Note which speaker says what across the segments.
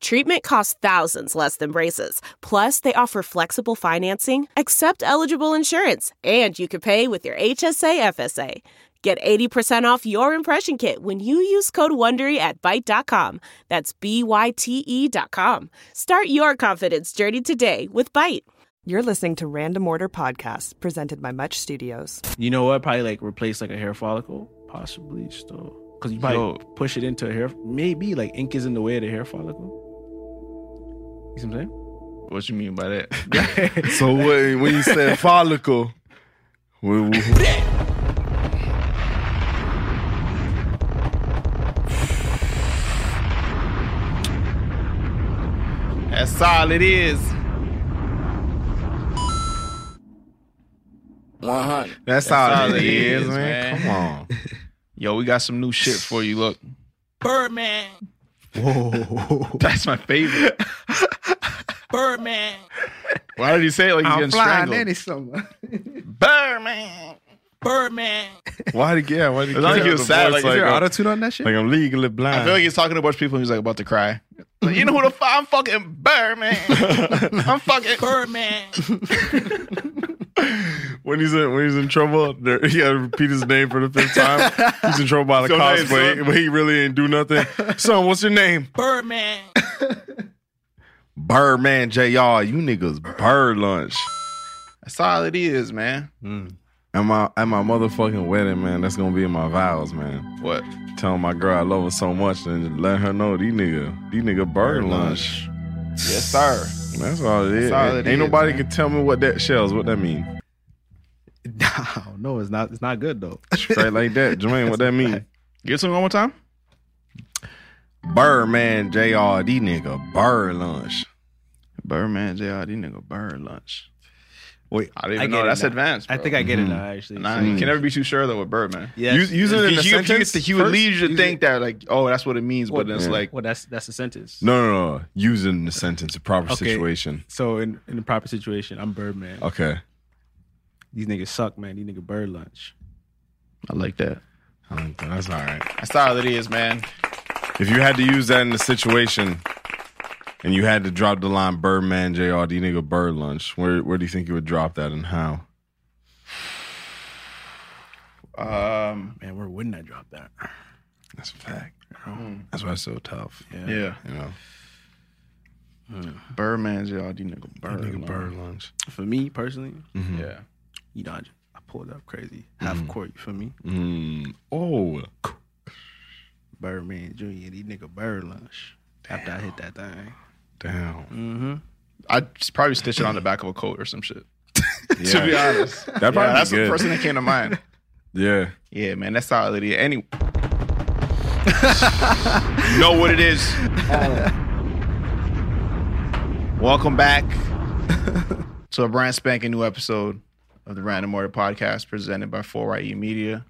Speaker 1: Treatment costs thousands less than braces. Plus, they offer flexible financing, accept eligible insurance, and you can pay with your HSA FSA. Get 80% off your impression kit when you use code WONDERY at Byte.com. That's B-Y-T-E E dot com. Start your confidence journey today with Byte.
Speaker 2: You're listening to Random Order Podcasts, presented by Much Studios.
Speaker 3: You know what? Probably like replace like a hair follicle, possibly still. Because you probably
Speaker 4: Yo.
Speaker 3: push it into a hair. Maybe like ink is in the way of the hair follicle. You see what I'm saying?
Speaker 4: What you mean by that? so when, when you said follicle, wh- wh- that's all it is.
Speaker 5: 100.
Speaker 4: That's, all, it is, man. Come on. Yo, we got some new shit for you. Look,
Speaker 5: Birdman.
Speaker 4: that's my favorite.
Speaker 5: Birdman.
Speaker 4: Why did he say it like he's getting strangled?
Speaker 6: summer.
Speaker 4: Birdman.
Speaker 5: Birdman.
Speaker 6: Why did yeah? Why did
Speaker 4: It's not like he was sad. Like,
Speaker 6: Is there
Speaker 4: like,
Speaker 6: auto tune on that shit?
Speaker 4: like,
Speaker 6: I'm legally blind.
Speaker 4: I feel like he's talking to a bunch of people and he's like about to cry. Like, you know who the fuck? I'm fucking Birdman. I'm fucking
Speaker 5: Birdman.
Speaker 6: when he's in, when he's in trouble, there- he gotta repeat his name for the fifth time. He's in trouble by the
Speaker 4: So
Speaker 6: cops,
Speaker 4: nice,
Speaker 6: but, he,
Speaker 4: son.
Speaker 6: but he really didn't do nothing. Son, what's your name?
Speaker 5: Birdman.
Speaker 6: Birdman Jr. You niggas bird lunch.
Speaker 4: That's all it is, man.
Speaker 6: At my at my motherfucking wedding, man. That's gonna be in my vows, man.
Speaker 4: What?
Speaker 6: Telling my girl I love her so much and let her know these nigga, these nigga bird, lunch.
Speaker 4: Yes, sir.
Speaker 6: That's all it is.
Speaker 4: That's all it
Speaker 6: Ain't
Speaker 4: is,
Speaker 6: nobody
Speaker 4: man.
Speaker 6: can tell me what that shells, what that mean.
Speaker 7: No, no, it's not. It's not good though.
Speaker 6: Straight like that. Jermaine, what that mean?
Speaker 4: Give it to me one more time.
Speaker 6: Birdman JRD nigga. Bird lunch.
Speaker 4: Birdman, JRD nigga, bird lunch.
Speaker 7: Wait,
Speaker 4: I didn't even
Speaker 7: get
Speaker 4: know.
Speaker 7: it
Speaker 4: That's
Speaker 7: now.
Speaker 4: advanced,
Speaker 7: I
Speaker 4: bro.
Speaker 7: think I get it now. Actually,
Speaker 4: Nah,
Speaker 7: So-
Speaker 4: you can never be too sure though with Birdman.
Speaker 7: Yes.
Speaker 6: Use- use it in
Speaker 4: he,
Speaker 6: a
Speaker 4: he, he,
Speaker 6: sentence
Speaker 4: he would
Speaker 6: first?
Speaker 4: lead you to
Speaker 7: Use
Speaker 4: think that like, oh, that's what it means, but
Speaker 7: Well,
Speaker 4: it's
Speaker 7: yeah.
Speaker 4: like
Speaker 7: well, that's that's a sentence.
Speaker 6: No, no, no. Using the sentence, the proper
Speaker 7: Okay.
Speaker 6: situation.
Speaker 7: So in in the proper situation, I'm Birdman.
Speaker 6: Okay.
Speaker 7: These niggas suck, man. These nigga bird lunch.
Speaker 4: I like that.
Speaker 6: I don't think That's all right.
Speaker 4: That's all it is, man.
Speaker 6: If you had to use that in the situation and you had to drop the line Birdman JRD nigga bird lunch, where where do you think you would drop that and how?
Speaker 4: Um,
Speaker 7: Man, where wouldn't I drop that?
Speaker 6: That's a fact. That's why it's so tough.
Speaker 7: Yeah.
Speaker 4: Mm. yeah,
Speaker 6: You know,
Speaker 4: Birdman, JRD nigga, bird
Speaker 6: nigga
Speaker 4: lunch.
Speaker 6: bird lunch.
Speaker 7: For me personally,
Speaker 4: Yeah,
Speaker 7: you know, I, just, I pulled up crazy half
Speaker 4: Mm-hmm.
Speaker 7: court. You feel me?
Speaker 6: Mm. Oh.
Speaker 7: Birdman Jr. These nigga bird lunch. After I hit that thing,
Speaker 6: Damn.
Speaker 4: I'd s- probably stitch it on the back of a coat or some shit.
Speaker 6: Yeah.
Speaker 4: To be honest,
Speaker 6: That'd probably
Speaker 4: Yeah,
Speaker 6: be
Speaker 4: that's the
Speaker 6: good.
Speaker 4: first thing that came to mind.
Speaker 6: Yeah.
Speaker 4: Yeah, man, that's all it is. Any You know what it is. Uh. Welcome back to a brand spanking new episode of the Random Order Podcast presented by 4YE Media.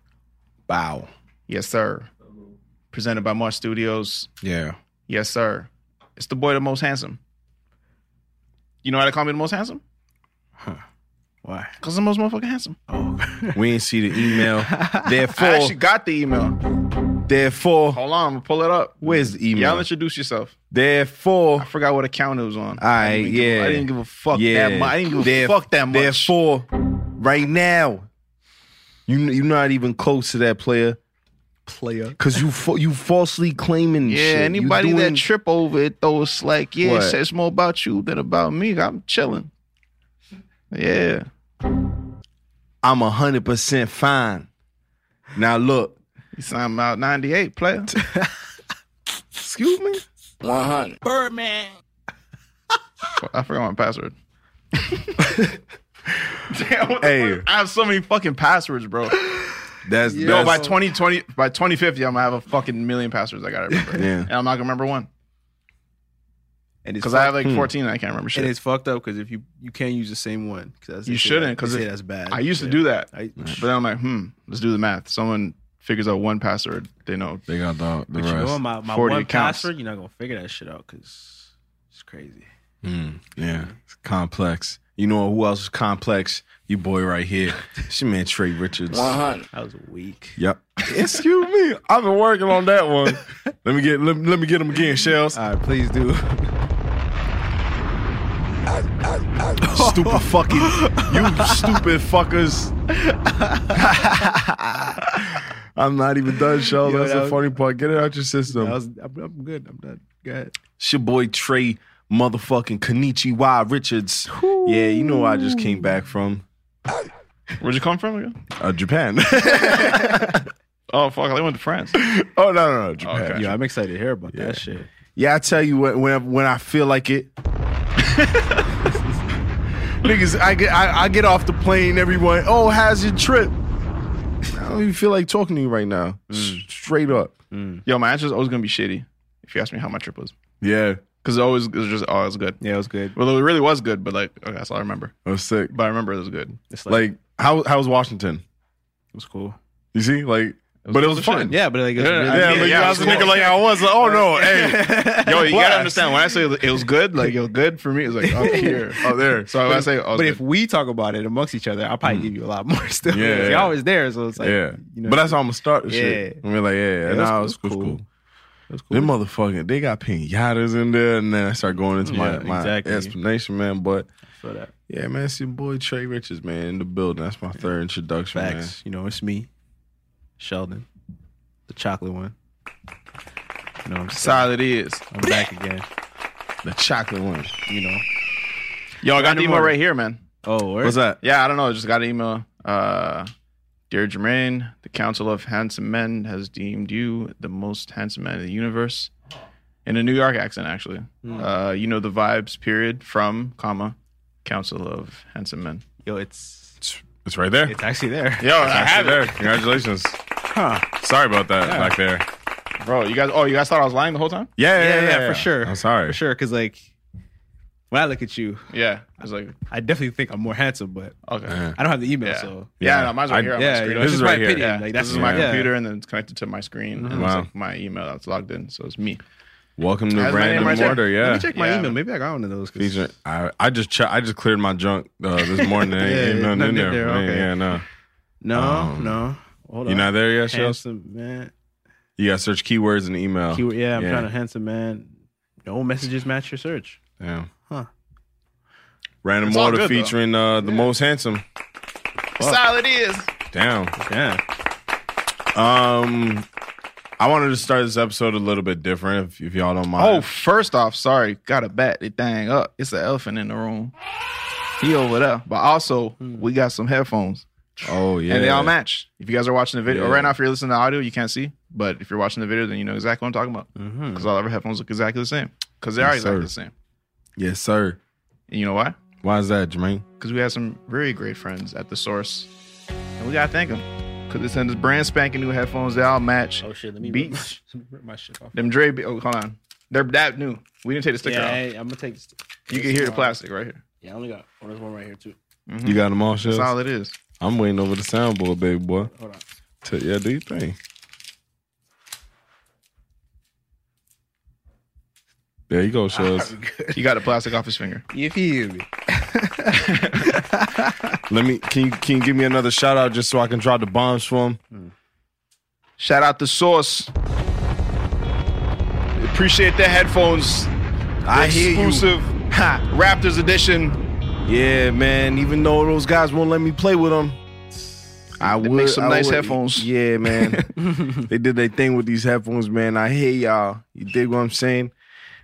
Speaker 6: Bow.
Speaker 4: Yes, sir. Presented by Much Studios.
Speaker 6: Yeah.
Speaker 4: Yes, sir. It's the boy the most handsome. You know how they call me the most handsome?
Speaker 7: why?
Speaker 4: Because I'm the most motherfucking handsome.
Speaker 6: We ain't see the email. Therefore,
Speaker 4: I actually Oh, got the email.
Speaker 6: therefore,
Speaker 4: Hold on, I'm gonna pull it up.
Speaker 6: where's the email?
Speaker 4: Y'all introduce yourself. I
Speaker 6: therefore,
Speaker 4: forgot what account it was on.
Speaker 6: All right,
Speaker 4: I didn't give a-
Speaker 6: yeah.
Speaker 4: I didn't give a fuck
Speaker 6: yeah.
Speaker 4: that much. I didn't give a
Speaker 6: There-
Speaker 4: fuck that much.
Speaker 6: Therefore, right now, you you're not even close to that player
Speaker 7: Player.
Speaker 6: because you fa- you falsely claiming.
Speaker 4: yeah,
Speaker 6: shit. You
Speaker 4: anybody
Speaker 6: doing-
Speaker 4: that trip over it though, it's like, yeah,
Speaker 6: What?
Speaker 4: it says more about you than about me. I'm chilling. Yeah.
Speaker 6: I'm hundred percent fine. Now look,
Speaker 4: You sound about 98, player.
Speaker 6: excuse me.
Speaker 5: 100. Birdman.
Speaker 4: Fuck, I forgot my password. Damn, what the
Speaker 6: Hey.
Speaker 4: fuck? I have so many fucking passwords, bro.
Speaker 6: That's
Speaker 4: Yo, by
Speaker 6: that's-
Speaker 4: 2020, by 2050, I'm gonna have a fucking million passwords I gotta remember.
Speaker 6: Yeah.
Speaker 4: And I'm not gonna remember one.
Speaker 7: And it's
Speaker 4: Because I have
Speaker 7: fucked-
Speaker 4: like 14 and I can't remember shit.
Speaker 7: and it's fucked up because if you you can't use the same one, cause
Speaker 4: You shouldn't, 'cause
Speaker 7: because
Speaker 4: if-
Speaker 7: that's bad.
Speaker 4: I used to
Speaker 7: Yeah.
Speaker 4: do that.
Speaker 7: I,
Speaker 4: But then I'm like, hmm, let's do the math. Someone figures out one password, they know.
Speaker 6: They got the, the
Speaker 7: but you know
Speaker 6: rest.
Speaker 7: my, my
Speaker 4: 40
Speaker 7: one
Speaker 4: accounts.
Speaker 7: password, you're not gonna figure that shit out because it's crazy.
Speaker 6: Mm, yeah, it's complex. You know who else is complex? You boy right here. It's your man Trey Richards.
Speaker 7: I was weak.
Speaker 6: Yep. Excuse me. I've been working on that one. Let me get let, me- let me get him again, Shells.
Speaker 7: All right, please do.
Speaker 6: Stupid fucking you stupid fuckers. I'm not even done, Shells.
Speaker 7: Yo,
Speaker 6: That's
Speaker 7: that
Speaker 6: the
Speaker 7: was-
Speaker 6: funny part. Get it out your system.
Speaker 7: I was, I'm, I'm good. I'm done. Go ahead.
Speaker 6: It's your boy Trey motherfucking Kanichiwa Richards. Yeah, you know where I just came back from.
Speaker 4: Where'd you come from again?
Speaker 6: Uh, Japan.
Speaker 4: Oh, fuck. I went to France.
Speaker 6: oh no, no, no, Japan.
Speaker 4: Okay.
Speaker 7: Yo, I'm excited to hear about that shit.
Speaker 6: Yeah, I tell you what, when I, when I feel like it. Niggas, I get I, I get off the plane. Everyone, oh, how's your trip? I don't even feel like talking to you right now. S- Straight up.
Speaker 4: Yo, my answer's always going to be shitty if you ask me how my trip was.
Speaker 6: Yeah,
Speaker 4: Because it always it was just, oh, it was good.
Speaker 7: Yeah, it was good.
Speaker 4: Well, it really was good, but like, okay, that's all I remember.
Speaker 6: I was sick.
Speaker 4: But I remember it was good.
Speaker 7: It's like,
Speaker 6: Like how how was Washington?
Speaker 7: it was cool.
Speaker 6: You see, like, but it was
Speaker 4: shit.
Speaker 6: fun.
Speaker 7: Yeah, but like it was
Speaker 4: Yeah,
Speaker 7: really
Speaker 6: yeah.
Speaker 4: I mean,
Speaker 6: like,
Speaker 4: yeah,
Speaker 6: I
Speaker 4: it
Speaker 6: was a
Speaker 4: was
Speaker 6: nigga
Speaker 4: cool.
Speaker 6: like I was. Like, oh no, hey,
Speaker 4: Yo, you
Speaker 6: Blast.
Speaker 4: gotta understand when I say it was good, like it was good for me. It's like up here,
Speaker 6: oh there.
Speaker 4: So when I say, oh,
Speaker 7: but if we talk about it amongst each other, I'll probably give you a lot more still.
Speaker 6: Yeah,
Speaker 7: Yeah,
Speaker 6: yeah.
Speaker 7: y'all was there, so it's like,
Speaker 6: yeah,
Speaker 7: you know,
Speaker 6: but that's how I'm gonna start the shit.
Speaker 7: Yeah.
Speaker 6: I mean, like, yeah, yeah
Speaker 7: that's
Speaker 6: nah, it
Speaker 7: cool,
Speaker 6: was
Speaker 7: that's
Speaker 6: cool.
Speaker 7: cool.
Speaker 6: cool.
Speaker 7: that's cool.
Speaker 6: Them motherfucking, they got pinatas in there, and then I start going into my,
Speaker 7: Yeah,
Speaker 6: my
Speaker 7: exactly.
Speaker 6: explanation, man. But
Speaker 7: for that.
Speaker 6: yeah, man, it's your boy Trey Richards, man, in the building. That's my third introduction,
Speaker 7: Facts. You know, it's me, Sheldon, the chocolate one. You know, what I'm saying?
Speaker 4: solid is.
Speaker 7: I'm back again.
Speaker 6: man. The chocolate one.
Speaker 7: You know.
Speaker 4: Yo, I got an email
Speaker 7: Morning.
Speaker 4: right here, man.
Speaker 7: Oh, where?
Speaker 6: What's that?
Speaker 4: Uh, Yeah, I don't know. I just got an email. Uh, Dear Jermaine, the Council of Handsome Men has deemed you the most handsome man in the universe. In a New York accent, actually. Uh, you know the vibes, period, from, comma, Council of Handsome Men.
Speaker 7: Yo, it's
Speaker 6: It's, it's right there.
Speaker 7: it's actually there.
Speaker 4: Yo, I
Speaker 6: Actually there. Congratulations. Huh. Sorry about that back there.
Speaker 4: Bro, you guys, oh, you guys thought I was lying the whole time?
Speaker 6: Yeah, yeah,
Speaker 7: Yeah,
Speaker 6: yeah,
Speaker 7: yeah, for sure.
Speaker 6: I'm sorry.
Speaker 7: For sure, because like when I look at you,
Speaker 4: Yeah. I was like,
Speaker 7: I definitely think I'm more handsome, but
Speaker 4: okay.
Speaker 6: Yeah.
Speaker 7: I don't have the email,
Speaker 4: Yeah.
Speaker 7: so
Speaker 4: Yeah,
Speaker 6: Yeah.
Speaker 4: no, mine's right
Speaker 6: I-
Speaker 4: here on my
Speaker 7: yeah,
Speaker 4: screen.
Speaker 7: you know,
Speaker 6: This
Speaker 7: it's
Speaker 6: is
Speaker 7: just
Speaker 6: right
Speaker 7: my
Speaker 6: here.
Speaker 7: opinion.
Speaker 4: Yeah,
Speaker 7: Like,
Speaker 4: this
Speaker 7: that's
Speaker 4: is my
Speaker 7: yeah.
Speaker 4: computer, and then it's connected to my screen, and it's
Speaker 6: Wow.
Speaker 4: like my email that's logged in, so it's me.
Speaker 6: Welcome to
Speaker 4: That's my name
Speaker 6: Random
Speaker 4: right there.
Speaker 6: Order.
Speaker 7: Let
Speaker 6: Yeah.
Speaker 7: me check my
Speaker 4: Yeah.
Speaker 7: email. Maybe I got one of those. 'cause-
Speaker 6: Feature- I, I just che- I just cleared my junk uh, this morning. There ain't,
Speaker 7: Yeah,
Speaker 6: ain't nothing, in there.
Speaker 7: okay.
Speaker 6: Man, Yeah, no.
Speaker 7: No,
Speaker 6: Um,
Speaker 7: no. Hold
Speaker 6: You
Speaker 7: on.
Speaker 6: not there yet, Shells?
Speaker 7: handsome man.
Speaker 6: You gotta search keywords in the email.
Speaker 7: Keyword- Oh. yeah, I'm
Speaker 6: Yeah.
Speaker 7: trying to handsome man. No messages match your search.
Speaker 6: Yeah.
Speaker 7: Huh.
Speaker 6: Random
Speaker 4: It's all
Speaker 6: order
Speaker 4: good, though.
Speaker 6: featuring uh, the most handsome.
Speaker 4: Solid is.
Speaker 6: Damn.
Speaker 7: Yeah.
Speaker 6: Um, I wanted to start this episode a little bit different, if, if y'all don't
Speaker 4: Oh,
Speaker 6: mind.
Speaker 4: first off, sorry, gotta bat the thing up. It's an elephant in the room. He over there, but also
Speaker 7: Hmm.
Speaker 4: we got some headphones,
Speaker 6: oh yeah.
Speaker 4: and they all match. If you guys are watching the video
Speaker 6: Yeah.
Speaker 4: right now, if you're listening to audio, you can't see, but if you're watching the video, then you know exactly what I'm talking about
Speaker 7: Mm-hmm.
Speaker 4: because all of our headphones look exactly the same because they are
Speaker 6: Yes,
Speaker 4: exactly
Speaker 6: sir.
Speaker 4: the same.
Speaker 6: Yes, sir.
Speaker 4: And you know why?
Speaker 6: Why is that, Jermaine?
Speaker 4: Because we had some very great friends at the source, and we gotta thank them because they sent us brand spanking new headphones. They all match.
Speaker 7: Oh shit, let me
Speaker 4: Beat.
Speaker 7: rip my, rip my shit off.
Speaker 4: Them Dre, be- oh hold on, they're that new. We didn't take the sticker
Speaker 7: Yeah, I,
Speaker 4: off.
Speaker 7: am gonna take this. Oh,
Speaker 4: You can hear the plastic right here.
Speaker 7: Yeah, I only got oh, there's one right here too.
Speaker 6: You got them all,
Speaker 4: That's all
Speaker 6: Shells?
Speaker 4: it is.
Speaker 6: I'm waiting over the soundboard, baby boy.
Speaker 7: Hold on.
Speaker 6: T- yeah, do your thing. There you go, Shells.
Speaker 4: You got the plastic off his finger.
Speaker 7: If you hear me,
Speaker 6: Let me. Can you can you give me another shout out just so I can drop the bombs for him?
Speaker 4: Shout out the source. Appreciate the headphones.
Speaker 6: I hear you.
Speaker 4: Exclusive ha, Raptors edition.
Speaker 6: Yeah, man. Even though those guys won't let me play with them, I
Speaker 4: They
Speaker 6: would
Speaker 4: make some
Speaker 6: I
Speaker 4: nice
Speaker 6: would-
Speaker 4: headphones.
Speaker 6: Yeah, man. they did their thing with these headphones, man. I hear y'all. You dig what I'm saying?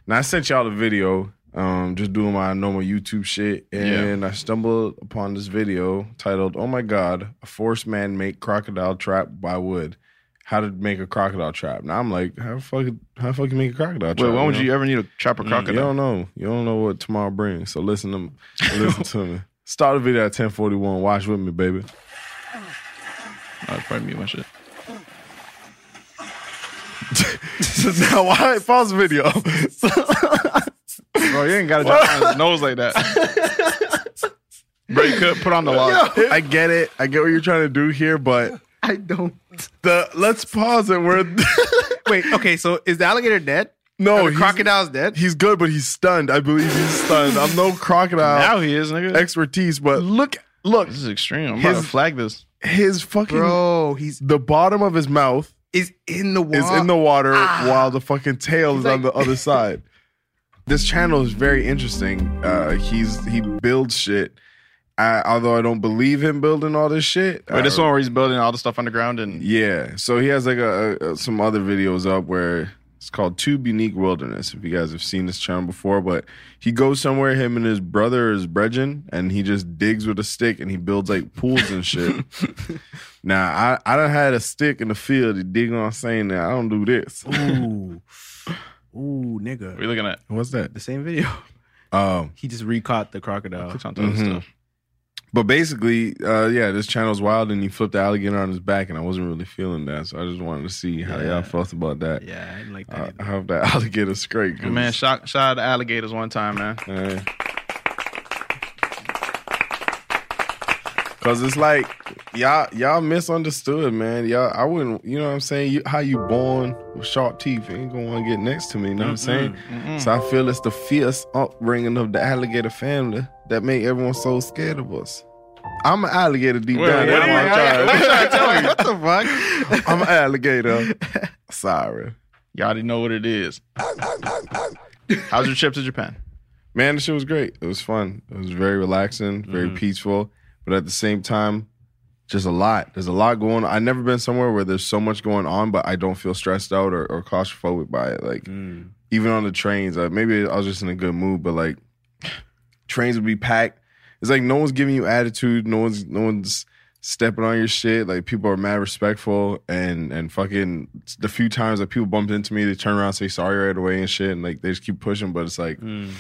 Speaker 6: Now I sent y'all the video. Um, just doing my normal YouTube shit, and I stumbled upon this video titled "Oh my God: A Forced Man Make Crocodile Trap by Wood." How to make a crocodile trap? Now I'm like, how the fuck? How the fuck you make a crocodile trap?
Speaker 4: Wait, when would
Speaker 6: know?
Speaker 4: you ever need to chop a
Speaker 6: You
Speaker 4: crocodile?
Speaker 6: don't know. You don't know what tomorrow brings. So listen to me. Listen to me. Start the video at 1041. Watch with me, baby.
Speaker 4: I'd probably mute my shit.
Speaker 6: now why pause the video?
Speaker 4: Bro, you ain't got to drop on his nose like that. Bro, you could put on the lock.
Speaker 6: I get it. I get what you're trying to do here, but
Speaker 7: I don't.
Speaker 6: the let's pause and we're
Speaker 7: Wait. Okay. So is the alligator dead?
Speaker 6: no
Speaker 7: the
Speaker 6: he's-
Speaker 7: crocodile's dead.
Speaker 6: He's good, but he's stunned. I believe he's stunned. I'm no crocodile
Speaker 4: Now he is, nigga.
Speaker 6: expertise, but look, look,
Speaker 4: This is extreme. I'm about to
Speaker 6: His-
Speaker 4: flag this.
Speaker 6: his fucking
Speaker 7: Bro, he's
Speaker 6: the bottom of his mouth
Speaker 7: is in the water.
Speaker 6: is Oh, in the water while the fucking tail is on
Speaker 7: like-
Speaker 6: the other side. This channel is very interesting. Uh, he's he builds shit. I, although I don't believe him building all this shit.
Speaker 4: Wait, this
Speaker 6: I-
Speaker 4: one where he's building all the stuff underground and
Speaker 6: Yeah. So he has like a, a, some other videos up where it's called Tube Unique Wilderness. If you guys have seen this channel before, but he goes somewhere, him and his brother, or his brethren, and he just digs with a stick and he builds like pools and shit. now I I done had a stick in the field to dig on saying that I don't do this.
Speaker 7: Ooh. Ooh,
Speaker 4: what are you
Speaker 7: nigga.
Speaker 4: looking at?
Speaker 6: What's that?
Speaker 7: The same video.
Speaker 6: Um.
Speaker 7: He just recaught the crocodile.
Speaker 4: Clicks on to other
Speaker 6: Mhm.
Speaker 4: uh, stuff.
Speaker 6: But basically, uh, yeah, this channel's wild, and he flipped the alligator on his back, and I wasn't really feeling that, so I just wanted to see how
Speaker 7: Yeah.
Speaker 6: y'all felt about that.
Speaker 7: Yeah, I didn't like
Speaker 6: I,
Speaker 7: that.
Speaker 6: I hope that alligator straight. 'cause-
Speaker 4: Man, shot shot the alligators one time, man.
Speaker 6: Yeah. Cause it's like y'all y'all misunderstood, man. Y'all I wouldn't you know what I'm saying? You, how you born with sharp teeth you ain't gonna wanna get next to me, you know what I'm saying? So I feel it's the fierce upbringing of the alligator family that make everyone so scared of us. I'm an alligator deep
Speaker 4: Wait,
Speaker 6: down.
Speaker 4: wait,
Speaker 6: That's
Speaker 4: wait,
Speaker 6: what
Speaker 4: wait,
Speaker 6: I'm trying to tell you.
Speaker 7: What the fuck?
Speaker 6: I'm an alligator. Sorry.
Speaker 4: Y'all already know what it is. How's your trip to Japan?
Speaker 6: Man, the shit was great. It was fun. It was very relaxing, very peaceful, but at the same time, just a lot. There's a lot going on. I've never been somewhere where there's so much going on, but I don't feel stressed out or, or claustrophobic by it. Like, even on the trains, uh, maybe I was just in a good mood, but like, trains would be packed. It's like no one's giving you attitude. No one's no one's stepping on your shit. Like people are mad respectful and and fucking the few times that people bumped into me, they turn around and say sorry right away and shit, and like they just keep pushing. But it's like
Speaker 4: Mm.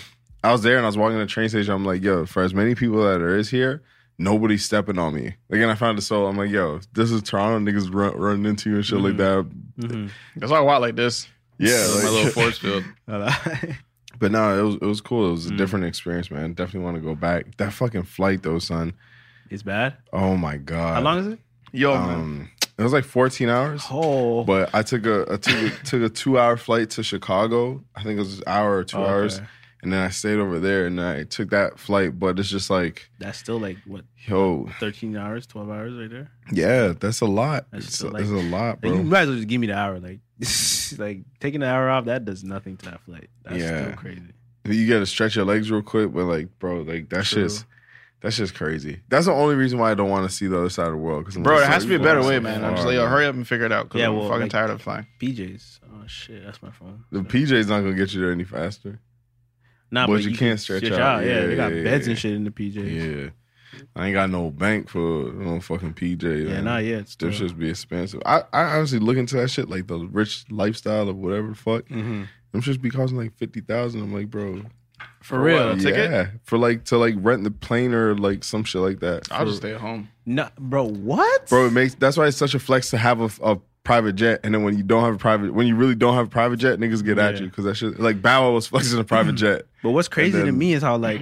Speaker 6: I was there and I was walking to the train station. I'm like, yo, for as many people that there is here. Nobody's stepping on me. Again, I found it so. I'm like, yo, this is Toronto. Niggas run, running into you and shit like that.
Speaker 7: Mm-hmm.
Speaker 4: That's why I walk like this.
Speaker 6: Yeah,
Speaker 4: This is Mm. my
Speaker 6: like-
Speaker 4: little force field.
Speaker 6: But no, it was it was cool. It
Speaker 4: Mm.
Speaker 6: was a different experience, man. Definitely want to go back. That fucking flight though, son.
Speaker 7: it's bad.
Speaker 6: Oh my god.
Speaker 7: How long is it?
Speaker 4: Yo, man.
Speaker 6: Um, it was like 14 hours.
Speaker 7: Oh,
Speaker 6: But I took a I took a, took a two hour flight to Chicago. I think it was an hour or two
Speaker 4: Oh,
Speaker 7: Okay.
Speaker 6: hours, and then I stayed over there and I took that flight. But it's just like,
Speaker 7: that's still like what
Speaker 6: yo,
Speaker 7: thirteen hours, twelve hours right there.
Speaker 6: yeah, that's a lot.
Speaker 7: That's
Speaker 6: it's,
Speaker 7: still
Speaker 6: a-
Speaker 7: like-
Speaker 6: it's a lot,
Speaker 7: Like, you
Speaker 6: bro.
Speaker 7: might as well just give me the hour. Like, like taking the hour off that does nothing to that flight. That's
Speaker 6: Yeah.
Speaker 7: still crazy.
Speaker 6: You got to stretch your legs real quick, but like, bro, like that's
Speaker 7: True.
Speaker 6: just that's just crazy. That's the only reason why I don't want to see the other side of the world. Cause I'm
Speaker 4: Bro,
Speaker 6: just
Speaker 4: there has to
Speaker 6: like,
Speaker 4: be a better
Speaker 6: so
Speaker 4: way, man. I'm just
Speaker 6: far,
Speaker 4: like, yo,
Speaker 6: man.
Speaker 4: hurry up and figure it out because
Speaker 7: Yeah,
Speaker 4: I'm
Speaker 7: well,
Speaker 4: fucking
Speaker 7: like-
Speaker 4: tired of flying.
Speaker 7: PJs. Oh shit, that's my phone.
Speaker 6: The PJ's not gonna get you there any faster.
Speaker 7: Nah,
Speaker 6: but you can't stretch out.
Speaker 7: Yeah,
Speaker 6: Yeah,
Speaker 7: you got
Speaker 6: yeah,
Speaker 7: beds
Speaker 6: yeah.
Speaker 7: and shit in the PJs.
Speaker 6: Yeah. I ain't got no bank for no fucking PJ.
Speaker 7: Yeah,
Speaker 6: man.
Speaker 7: nah, yeah, it's
Speaker 6: Them
Speaker 7: still-
Speaker 6: shits be expensive. I, I honestly look into that shit like the rich lifestyle or whatever the fuck.
Speaker 7: Mhm.
Speaker 6: Them shits be costing like fifty thousand. I'm like, bro,
Speaker 4: For real,
Speaker 6: yeah,
Speaker 4: a ticket?
Speaker 6: for like to like rent the plane or like some shit like that.
Speaker 4: I'll just stay at home.
Speaker 7: No, bro, what?
Speaker 6: bro, it makes that's why it's such a flex to have a, a private jet. And then when you don't have a private, when you really don't have a private jet, niggas get at
Speaker 7: Yeah.
Speaker 6: you because that shit like Bow Wow was flexing a private jet.
Speaker 7: But what's crazy to
Speaker 6: then-
Speaker 7: me is how like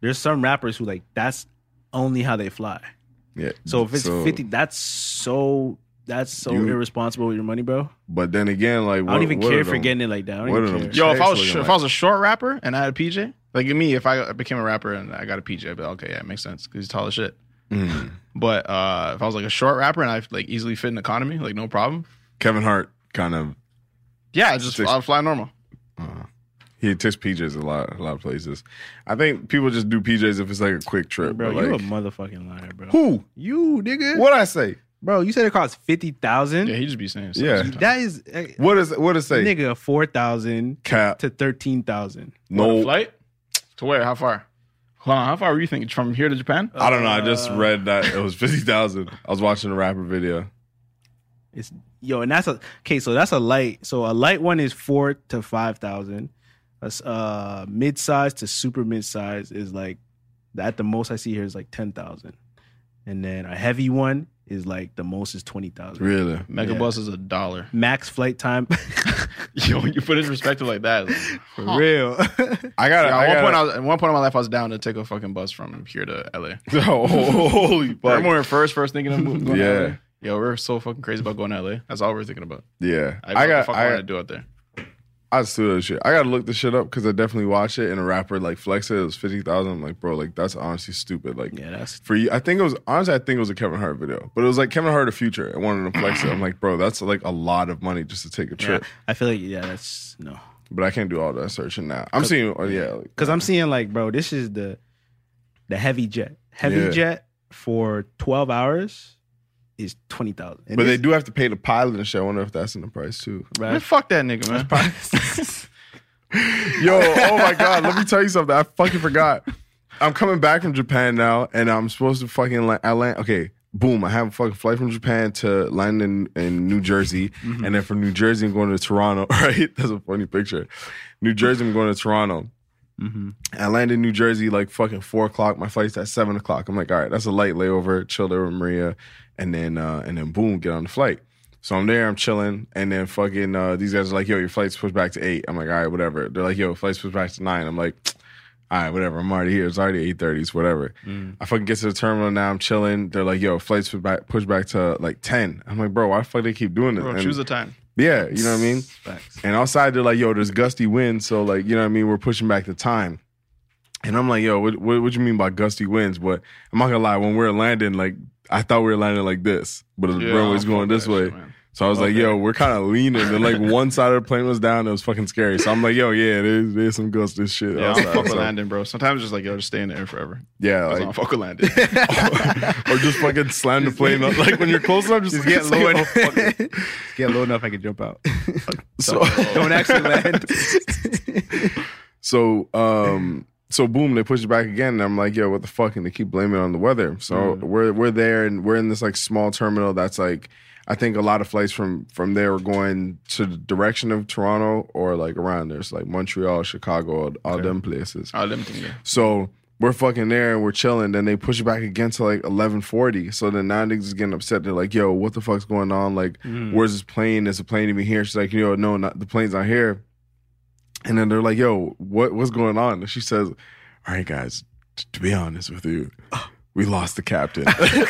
Speaker 7: there's some rappers who like that's only how they fly.
Speaker 6: Yeah.
Speaker 7: So if it's fifty, that's so that's so
Speaker 6: You-
Speaker 7: irresponsible with your money, bro.
Speaker 6: but then again, like
Speaker 7: I don't even care if
Speaker 6: for
Speaker 7: you're getting it like that. I
Speaker 6: what
Speaker 7: don't
Speaker 6: are
Speaker 7: even
Speaker 6: them
Speaker 7: care.
Speaker 4: Yo, if I was
Speaker 6: Checks
Speaker 4: if
Speaker 6: looking
Speaker 4: I was a short rapper and I had a PJ, like me, if I became a rapper and I got a PJ, I'd be like, okay, yeah, it makes sense because he's tall as shit.
Speaker 6: Hmm.
Speaker 4: But uh, if I was like a short rapper and I like easily fit in economy, like no problem.
Speaker 6: Kevin Hart kind of
Speaker 4: Yeah, I just
Speaker 6: Six-
Speaker 4: I'll fly normal.
Speaker 6: He takes PJs a lot, a lot of places. I think people just do PJs if it's like a quick trip.
Speaker 7: bro,
Speaker 6: but
Speaker 7: you a
Speaker 6: like,
Speaker 7: motherfucking liar, bro.
Speaker 6: who?
Speaker 7: You nigga.
Speaker 6: What I say?
Speaker 7: Bro, you said it costs fifty thousand.
Speaker 4: Yeah, he just be saying.
Speaker 6: Yeah.
Speaker 4: Yeah,
Speaker 7: That is uh,
Speaker 6: What is what it say?
Speaker 7: nigga four thousand
Speaker 6: Cap.
Speaker 7: to thirteen thousand.
Speaker 6: No,
Speaker 4: flight to where? How far? Hold on, how far were you thinking from here to Japan?
Speaker 6: I don't know. I
Speaker 7: Uh,
Speaker 6: just read that it was fifty thousand. I was watching a rapper video.
Speaker 7: It's yo, and that's a okay. So that's a light. So a light one is four to five thousand. That's uh mid size to super mid size is like at the most I see here is like ten thousand, and then a heavy one is like the most is twenty thousand.
Speaker 6: Really?
Speaker 4: Mega
Speaker 7: Yeah.
Speaker 4: bus is a dollar.
Speaker 7: Max flight time.
Speaker 4: Yo, when you put it in perspective like that. it's like,
Speaker 7: For real.
Speaker 6: I got
Speaker 4: Yeah,
Speaker 6: I
Speaker 4: at one
Speaker 6: gotta-
Speaker 4: point, I was, at one point in my life, I was down to take a fucking bus from here to LA.
Speaker 6: Oh, holy
Speaker 4: But I
Speaker 6: fuck.
Speaker 4: remember first, first thinking of moving. going to
Speaker 6: Yeah.
Speaker 4: LA. Yo, we we're so fucking crazy about going to LA. That's all we we're thinking about.
Speaker 6: Yeah,
Speaker 4: I, I got. What the fuck I,
Speaker 6: I,
Speaker 4: want to do out there?
Speaker 6: I still that shit. I gotta look this shit up because I definitely watched it. And a rapper like Flex it, it was fifty thousand. I'm like, bro, like that's honestly stupid. Like,
Speaker 7: yeah, that's
Speaker 6: for you, I think it was honestly, I think it was a Kevin Hart video, but it was like Kevin Hart or Future. and one of them Flex it. I'm like, bro, that's like a lot of money just to take a trip.
Speaker 7: I feel like yeah, that's no.
Speaker 6: But I can't do all that searching now. I'm seeing, oh, yeah, like,
Speaker 7: Cause I'm seeing like, bro, this is the the heavy jet. Heavy
Speaker 6: Yeah.
Speaker 7: jet for twelve hours is twenty thousand.
Speaker 6: but they do have to pay the pilot and shit. I wonder if that's in the price too.
Speaker 4: Man, fuck that nigga, man.
Speaker 6: Yo, oh my god, let me tell you something. I fucking forgot. I'm coming back from Japan now, and I'm supposed to fucking like I land. Okay, boom. I have a fucking flight from Japan to London and New Jersey, and then from New Jersey I'm going to Toronto. Right, that's a funny picture. New Jersey, I'm going to Toronto. I land in New Jersey like fucking four o'clock. My flight's at seven o'clock. I'm like, all right, that's a light layover. Chill there with Maria, and then uh, and then boom, get on the flight. So I'm there, I'm chilling, and then fucking uh, these guys are like, yo, your flight's pushed back to eight. I'm like, all right, whatever. They're like, yo, flight's pushed back to nine. I'm like, all right, whatever. I'm already here. It's already eight thirty. It's whatever. I fucking get to the terminal now. I'm chilling. They're like, yo, flight's pushed back, pushed back to like ten. I'm like, bro, why the fuck they keep doing this?
Speaker 4: Bro,
Speaker 6: And-
Speaker 4: choose a time.
Speaker 6: yeah, you know what I mean? And outside, they're like, yo, there's gusty winds. So, like, you know what I mean? We're pushing back the time. And I'm like, yo, what, what, what you mean by gusty winds? But I'm not gonna lie, when we are landing, like, I thought we were landing like this, but the
Speaker 4: Yeah,
Speaker 6: runway's
Speaker 4: fuck
Speaker 6: going
Speaker 4: that
Speaker 6: this way.
Speaker 4: shit, man.
Speaker 6: so I was like,
Speaker 4: that.
Speaker 6: yo, we're kind of leaning. And like one side of the plane was down. It was fucking scary. So I'm like, yo, yeah, there's, there's some gusty shit.
Speaker 4: Yeah, I
Speaker 6: outside.
Speaker 4: don't fuck with
Speaker 6: So,
Speaker 4: landing, bro. Sometimes it's just like, yo, just stay in the air forever.
Speaker 6: yeah,
Speaker 4: That's
Speaker 6: like,
Speaker 4: why I don't fuck with landing. Oh,
Speaker 6: or just fucking slam the plane up. Like when you're close enough, just,
Speaker 7: Just get
Speaker 6: it's
Speaker 7: low
Speaker 6: like,
Speaker 7: enough.
Speaker 6: oh, fuck it.
Speaker 7: get low enough I can jump out.
Speaker 6: So,
Speaker 7: Don't actually land.
Speaker 6: So um so boom, they push it back again. And I'm like, yo, what the fuck? And they keep blaming it on the weather. So we're we're there and we're in this like small terminal that's like I think a lot of flights from from there are going to the direction of Toronto or like around there. So like Montreal, Chicago, all, all them places.
Speaker 4: oh, them things, yeah.
Speaker 6: So we're fucking there and we're chilling. Then they push it back again to like eleven forty. So then now niggas is getting upset. They're like, "Yo, what the fuck's going on? Like, where's this plane? Is the plane even here?" She's like, "Yo, no, not the plane's not here." And then they're like, "Yo, what what's going on?" And she says, "All right, guys, t- to be honest with you, we lost the captain." and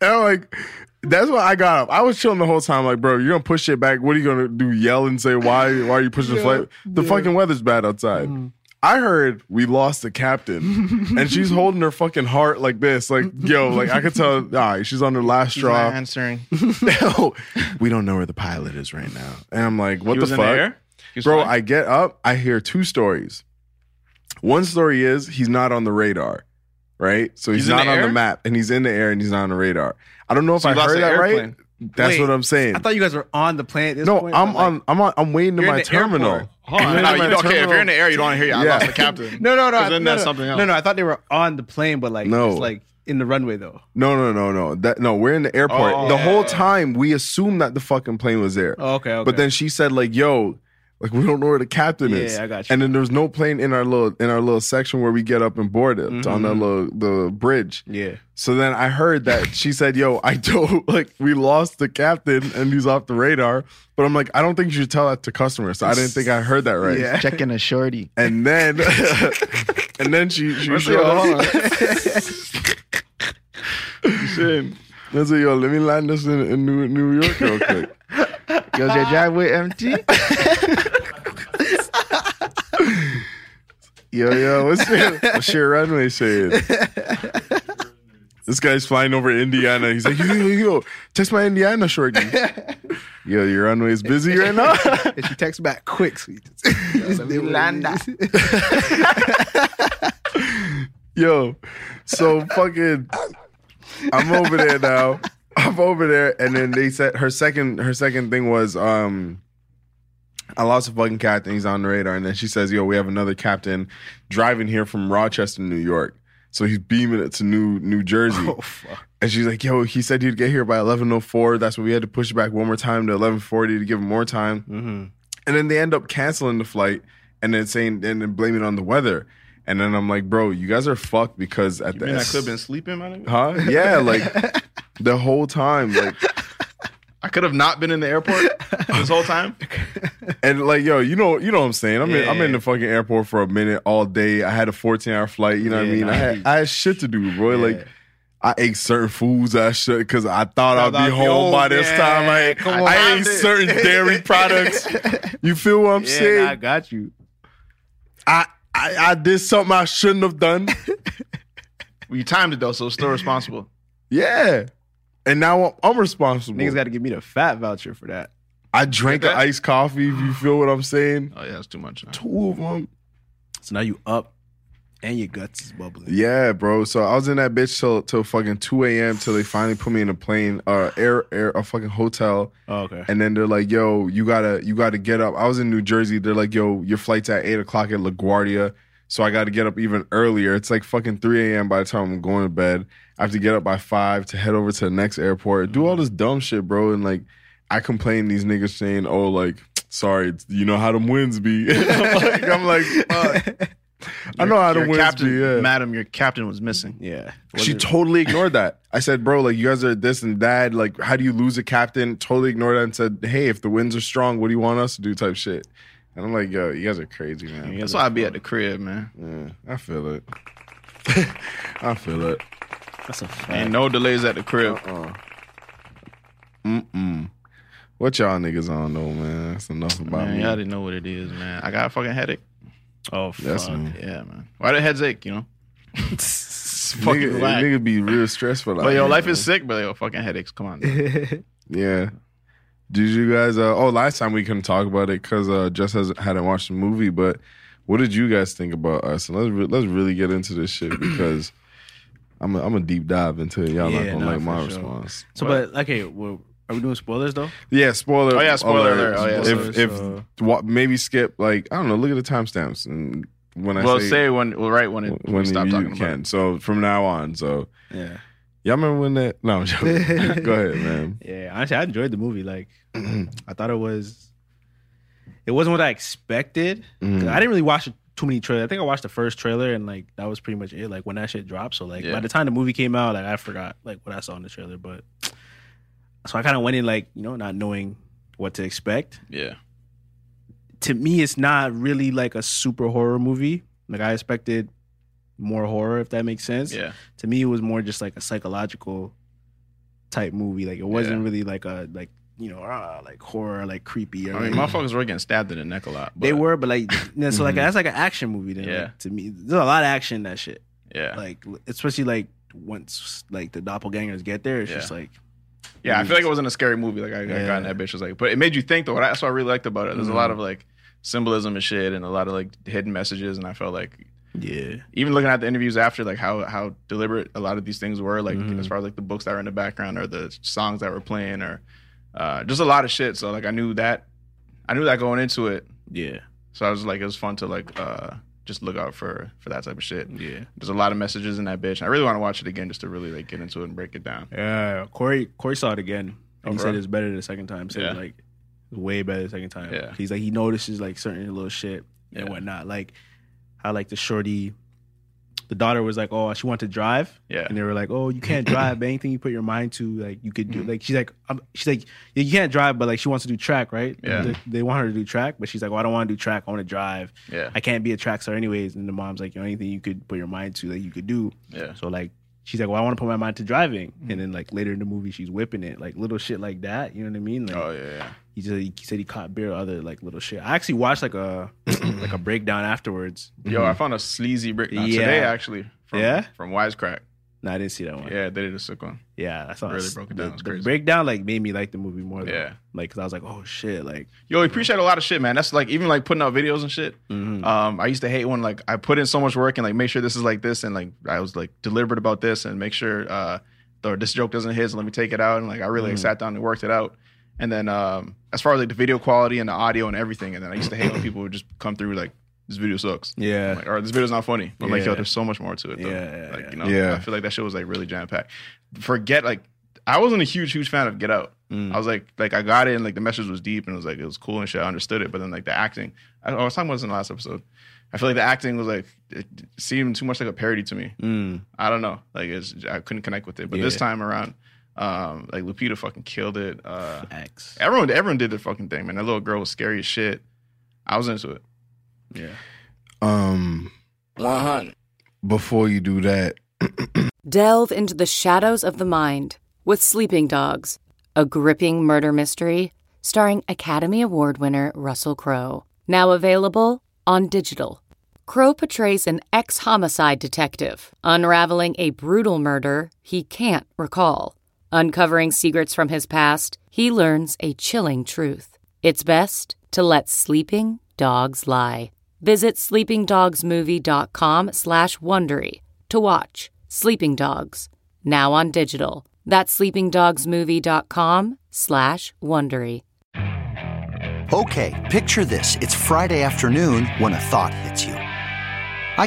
Speaker 6: I'm like. That's why I got up. I was chilling the whole time, like, bro, you're gonna push shit back. What are you gonna do? Yell and say why? Why are you pushing the flight? The fucking weather's bad outside.
Speaker 4: Mm-hmm.
Speaker 6: I heard we lost the captain, and she's holding her fucking heart like this, like yo, like I could tell. All right, she's on her last
Speaker 4: Not
Speaker 6: straw.
Speaker 4: answering.
Speaker 6: no, we don't know where the pilot is right now, and I'm like, what
Speaker 4: He
Speaker 6: the
Speaker 4: was in
Speaker 6: fuck,
Speaker 4: the air? He was
Speaker 6: bro?
Speaker 4: flying?
Speaker 6: I get up, I hear two stories. One story is he's not on the radar, right? So he's,
Speaker 4: He's in
Speaker 6: not
Speaker 4: the
Speaker 6: on the
Speaker 4: air?
Speaker 6: map, and he's in the air, and he's not on the radar. I don't know if
Speaker 4: So
Speaker 6: I
Speaker 4: you lost
Speaker 6: heard
Speaker 4: the
Speaker 6: that right.
Speaker 4: airplane.
Speaker 6: That's
Speaker 7: Wait,
Speaker 6: what I'm saying.
Speaker 7: I thought you guys were on the plane at this
Speaker 6: no,
Speaker 7: point.
Speaker 6: I'm
Speaker 7: but, like-
Speaker 6: on. I'm on. I'm waiting to
Speaker 7: You're in
Speaker 6: my
Speaker 7: the
Speaker 6: terminal.
Speaker 7: airport.
Speaker 4: Hold on.
Speaker 6: I'm
Speaker 4: No,
Speaker 6: in
Speaker 4: you
Speaker 6: my
Speaker 4: don't care. If
Speaker 6: terminal.
Speaker 4: you're in the air, you don't want to hear you. I
Speaker 6: Yeah.
Speaker 4: lost the captain.
Speaker 7: No, no, no.
Speaker 4: 'Cause then
Speaker 7: no,
Speaker 4: that's
Speaker 7: no.
Speaker 4: something else.
Speaker 7: No, no. I thought they were on the plane, but like,
Speaker 6: No.
Speaker 7: no. just like in the runway though.
Speaker 6: No, no, no, no. That no, we're in the airport.
Speaker 4: Oh.
Speaker 6: the whole time we assumed that the fucking plane was there.
Speaker 7: Oh, okay, okay.
Speaker 6: But then she said like, "Yo, like we don't know where the captain
Speaker 7: Yeah,
Speaker 6: is."
Speaker 7: I got you.
Speaker 6: And then there's no plane in our little in our little section where we get up and board it on
Speaker 4: Mm-hmm.
Speaker 6: the little the bridge.
Speaker 7: yeah.
Speaker 6: So then I heard that she said, "Yo, I don't like we lost the captain and he's off the radar." But I'm like, I don't think you should tell that to customers. So I didn't think I heard that right.
Speaker 7: Yeah.
Speaker 4: Checking a shorty.
Speaker 6: And then and then she she
Speaker 4: Where's the
Speaker 6: showed
Speaker 4: other
Speaker 6: up. Shit. I said, yo, let me land this in, in New, New York real quick.
Speaker 4: Does your driveway empty?
Speaker 6: Yo, yo, what's your, what's your runway shade? This guy's flying over Indiana. He's like, yo, yo, yo, text my Indiana shorty. Yo, your runway's busy right now.
Speaker 7: And she texts back quick. Sweet. Landa.
Speaker 6: Yo, so fucking, I'm over there now. I'm over there, and then they said her second her second thing was um, I lost a fucking captain. He's on the radar, and then she says, "Yo, we have another captain driving here from Rochester, New York." So he's beaming it to New New Jersey,
Speaker 7: Oh fuck.
Speaker 6: and she's like, "Yo, he said he'd get here by 11:04. That's why we had to push it back one more time to 11:40 to give him more time."
Speaker 7: Mm-hmm.
Speaker 6: And then they end up canceling the flight and then saying and then blaming it on the weather. And then I'm like, bro, you guys are fucked because at
Speaker 4: You
Speaker 6: the
Speaker 4: mean I
Speaker 6: s-
Speaker 4: could have been sleeping, my nigga?
Speaker 6: huh? Yeah, like the whole time, like
Speaker 4: I could have not been in the airport this whole time.
Speaker 6: and like yo, you know, you know what I'm saying. I'm in, I'm in
Speaker 4: Yeah.
Speaker 6: the fucking airport for a minute all day. I had a 14 hour flight. You know what I
Speaker 7: Yeah,
Speaker 6: mean?
Speaker 7: nah,
Speaker 6: I had, I had shit to do, bro. Like. I ate certain foods I should because I thought I'd be
Speaker 4: I'd be
Speaker 6: home
Speaker 4: home,
Speaker 6: by this
Speaker 7: yeah,
Speaker 6: time. Like
Speaker 7: come
Speaker 6: I
Speaker 7: on.
Speaker 6: ate certain dairy products. You feel what I'm
Speaker 7: Yeah,
Speaker 6: saying?
Speaker 7: nah, I got you.
Speaker 6: I, I I did something I shouldn't have done.
Speaker 4: You timed it though, so still responsible.
Speaker 6: yeah. And now I'm, I'm responsible.
Speaker 7: Niggas got to give me the fat voucher for that.
Speaker 6: I drank an
Speaker 4: that.
Speaker 6: iced coffee, if you feel what I'm saying.
Speaker 4: Oh yeah, that's too much. Nah.
Speaker 6: Two of them.
Speaker 7: So now you up, and your guts is bubbling.
Speaker 6: Yeah, bro. So I was in that bitch till till fucking 2 a.m. till they finally put me in a plane, uh air air a fucking hotel.
Speaker 7: Oh, okay.
Speaker 6: And then they're like, yo, you gotta you gotta get up. I was in New Jersey. They're like, yo, your flight's at eight o'clock at LaGuardia. So I gotta get up even earlier. It's like fucking 3 a.m. by the time I'm going to bed. I have to get up by five to head over to the next airport. Do all this dumb shit, bro. And like I complain these niggas saying, oh, like, sorry, it's- you know how them winds be. I'm like, I'm like, fuck. I know how
Speaker 4: Your
Speaker 6: them winds
Speaker 4: captain,
Speaker 6: be. Yeah.
Speaker 4: madam, your captain was missing.
Speaker 7: Yeah.
Speaker 6: She totally ignored that. I said, bro, like you guys are this and that. Like, how do you lose a captain? Totally ignored that and said, hey, if the winds are strong, what do you want us to do? Type shit. And I'm like, yo, you guys are crazy, man.
Speaker 4: That's why I'd be at the crib, man.
Speaker 6: Yeah, I feel it. I feel it.
Speaker 7: That's a
Speaker 4: Ain't
Speaker 7: fact.
Speaker 4: no delays at the crib.
Speaker 6: What y'all niggas on though, man? That's enough about
Speaker 4: Man,
Speaker 6: me.
Speaker 4: y'all didn't know what it is, man. I got a fucking headache.
Speaker 7: Oh,
Speaker 6: That's
Speaker 7: fuck.
Speaker 6: me.
Speaker 4: Yeah, man. Why do heads ache? You know. fucking
Speaker 6: Nigga,
Speaker 4: whack.
Speaker 6: nigga be real stressful. out
Speaker 4: But yo,
Speaker 6: here,
Speaker 4: life
Speaker 6: man.
Speaker 4: is sick, but yo, fucking headaches. Come on.
Speaker 6: Yeah. Did you guys? Uh, oh, last time we couldn't talk about it because uh, Jess hasn't hadn't watched the movie. But what did you guys think about us? And let's re- let's really get into this shit because I'm a, I'm a deep dive into it. Y'all
Speaker 7: Yeah,
Speaker 6: not gonna
Speaker 7: nah,
Speaker 6: like my
Speaker 7: for sure.
Speaker 6: response.
Speaker 7: So, but okay, well, are we doing spoilers though?
Speaker 6: Yeah, spoiler.
Speaker 4: Oh, yeah, spoiler alert. Oh, yeah,
Speaker 6: if
Speaker 7: so-
Speaker 6: if
Speaker 7: so-
Speaker 6: wa- maybe skip like I don't know. Look at the timestamps and when I
Speaker 4: well,
Speaker 6: say,
Speaker 4: say when, well, right when it,
Speaker 6: when
Speaker 4: we stop
Speaker 6: you
Speaker 4: talking about
Speaker 6: can.
Speaker 4: it.
Speaker 6: So from now on, so
Speaker 7: Yeah.
Speaker 6: y'all remember when that? No, I'm joking. go ahead, man.
Speaker 7: Yeah, honestly, I enjoyed the movie. Like, I thought it was, it wasn't what I expected. 'Cause
Speaker 6: Mm-hmm.
Speaker 7: I didn't really watch too many trailers. I think I watched the first trailer and like that was pretty much it. Like when that shit dropped. So like
Speaker 4: Yeah.
Speaker 7: by the time the movie came out, like I forgot like what I saw in the trailer. But so I kind of went in like you know not knowing what to expect.
Speaker 4: Yeah.
Speaker 7: To me, it's not really like a super horror movie. Like I expected more horror, if that makes sense
Speaker 4: Yeah.
Speaker 7: to me it was more just like a psychological type movie like it wasn't
Speaker 4: Yeah.
Speaker 7: really like a like you know ah, like horror like creepy or
Speaker 4: I mean,
Speaker 7: like-
Speaker 4: motherfuckers were getting stabbed in the neck a lot. But, Mm-hmm.
Speaker 7: they were but like yeah, so like that's like an action movie then
Speaker 4: Yeah.
Speaker 7: like, to me there's a lot of action in that shit
Speaker 4: Yeah.
Speaker 7: like especially like once like the doppelgangers get there it's
Speaker 4: Yeah.
Speaker 7: just like
Speaker 4: yeah. I feel like it wasn't a scary movie. Like I, I
Speaker 7: Yeah. Mm-hmm.
Speaker 4: got in that bitch. was like, but it made you think though. That's what I really liked about it. There's a lot of like symbolism and shit, and a lot of like hidden messages. And I felt like
Speaker 7: yeah
Speaker 4: even looking at the interviews after, like how how deliberate a lot of these things were. Like
Speaker 7: Mhm.
Speaker 4: as far as like the books that were in the background or the songs that were playing or uh, just a lot of shit. So like I knew that. I knew that going into it.
Speaker 7: yeah
Speaker 4: So I was like, it was fun to like uh just look out for for that type of shit.
Speaker 7: yeah
Speaker 4: There's a lot of messages in that bitch. And I really want to watch it again just to really like get into it and break it down.
Speaker 7: yeah corey corey saw it again and he
Speaker 4: for
Speaker 7: said
Speaker 4: real?
Speaker 7: it's better the second time said
Speaker 4: Yeah.
Speaker 7: like way better the second time
Speaker 4: Yeah.
Speaker 7: he's like he notices like certain little shit and
Speaker 4: Yeah.
Speaker 7: whatnot like how like the shorty the daughter was like oh she wanted to drive
Speaker 4: Yeah.
Speaker 7: and they were like, "Oh, you can't drive. but Anything you put your mind to, like you could do."
Speaker 4: Mm-hmm.
Speaker 7: Like she's like, um, "She's like, yeah, you can't drive, but like she wants to do track, right?
Speaker 4: Yeah.
Speaker 7: They, they want her to do track, but she's like, "Well, I don't want to do track. I want to drive.
Speaker 4: Yeah.
Speaker 7: I can't be a track star anyways." And the mom's like, "You know, anything you could put your mind to, like you could do."
Speaker 4: Yeah.
Speaker 7: So like she's like, "Well, I want to put my mind to driving,"
Speaker 4: Mm.
Speaker 7: and then like later in the movie, she's whipping it, like little shit like that. You know what I mean? Like,
Speaker 4: Oh yeah, yeah.
Speaker 7: he just he said he caught beer, other like little shit. I actually watched like a like a breakdown afterwards.
Speaker 4: Yo, I found a sleazy brick now
Speaker 7: Mm-hmm. Yeah.
Speaker 4: today actually. From,
Speaker 7: Yeah?
Speaker 4: From Wisecrack.
Speaker 7: No, I didn't see that one.
Speaker 4: Yeah, they did a sick one.
Speaker 7: Yeah, I thought
Speaker 4: Really
Speaker 7: s-
Speaker 4: broke it
Speaker 7: the-
Speaker 4: down. It's
Speaker 7: The,
Speaker 4: crazy.
Speaker 7: breakdown like made me like the movie more. Though.
Speaker 4: Yeah.
Speaker 7: like because I was like, oh shit, like
Speaker 4: Yo, we appreciate a lot of shit, man. That's like even like putting out videos and shit.
Speaker 7: Mm-hmm.
Speaker 4: Um, I used to hate when like I put in so much work and like make sure this is like this and like I was like deliberate about this and make sure uh or this joke doesn't hit, so let me take it out. And like I really
Speaker 7: Mm-hmm.
Speaker 4: like, sat down and worked it out. And then um as far as like the video quality and the audio and everything, and then I used to hate when people would just come through like this video sucks.
Speaker 7: yeah,
Speaker 4: I'm like, or this video's not funny. I'm like,
Speaker 7: Yeah.
Speaker 4: yo, there's so much more to it. Though.
Speaker 7: Yeah, yeah,
Speaker 4: like
Speaker 7: yeah.
Speaker 4: you know,
Speaker 6: Yeah.
Speaker 4: I feel like that shit was like really jam packed. Forget like I wasn't a huge huge fan of Get Out.
Speaker 7: Mm-hmm. mm,
Speaker 4: I was like like I got it and like the message was deep and it was like it was cool and shit. I understood it, but then like the acting, I, I was talking about this in the last episode. I feel like the acting was like it seemed too much like a parody to me.
Speaker 7: Mm.
Speaker 4: I don't know. Like it's, I couldn't connect with it. But this
Speaker 7: Yeah.
Speaker 4: time around, um, like Lupita fucking killed it. Uh,
Speaker 7: X.
Speaker 4: everyone, everyone did their fucking thing, man. That little girl was scary as shit. I was into it.
Speaker 7: Yeah.
Speaker 6: Um,
Speaker 5: 100.
Speaker 6: before you do that,
Speaker 8: Delve into the shadows of the mind with Sleeping Dogs, a gripping murder mystery starring Academy Award winner Russell Crowe. Now available on digital. Crowe portrays an ex homicide detective unraveling a brutal murder he can't recall. Uncovering secrets from his past, he learns a chilling truth. It's best to let sleeping dogs lie. Visit sleepingdogsmovie.com slash Wondery to watch Sleeping Dogs, now on digital. That's sleepingdogsmovie.com slash Wondery.
Speaker 9: Okay, picture this. It's Friday afternoon when a thought hits you. I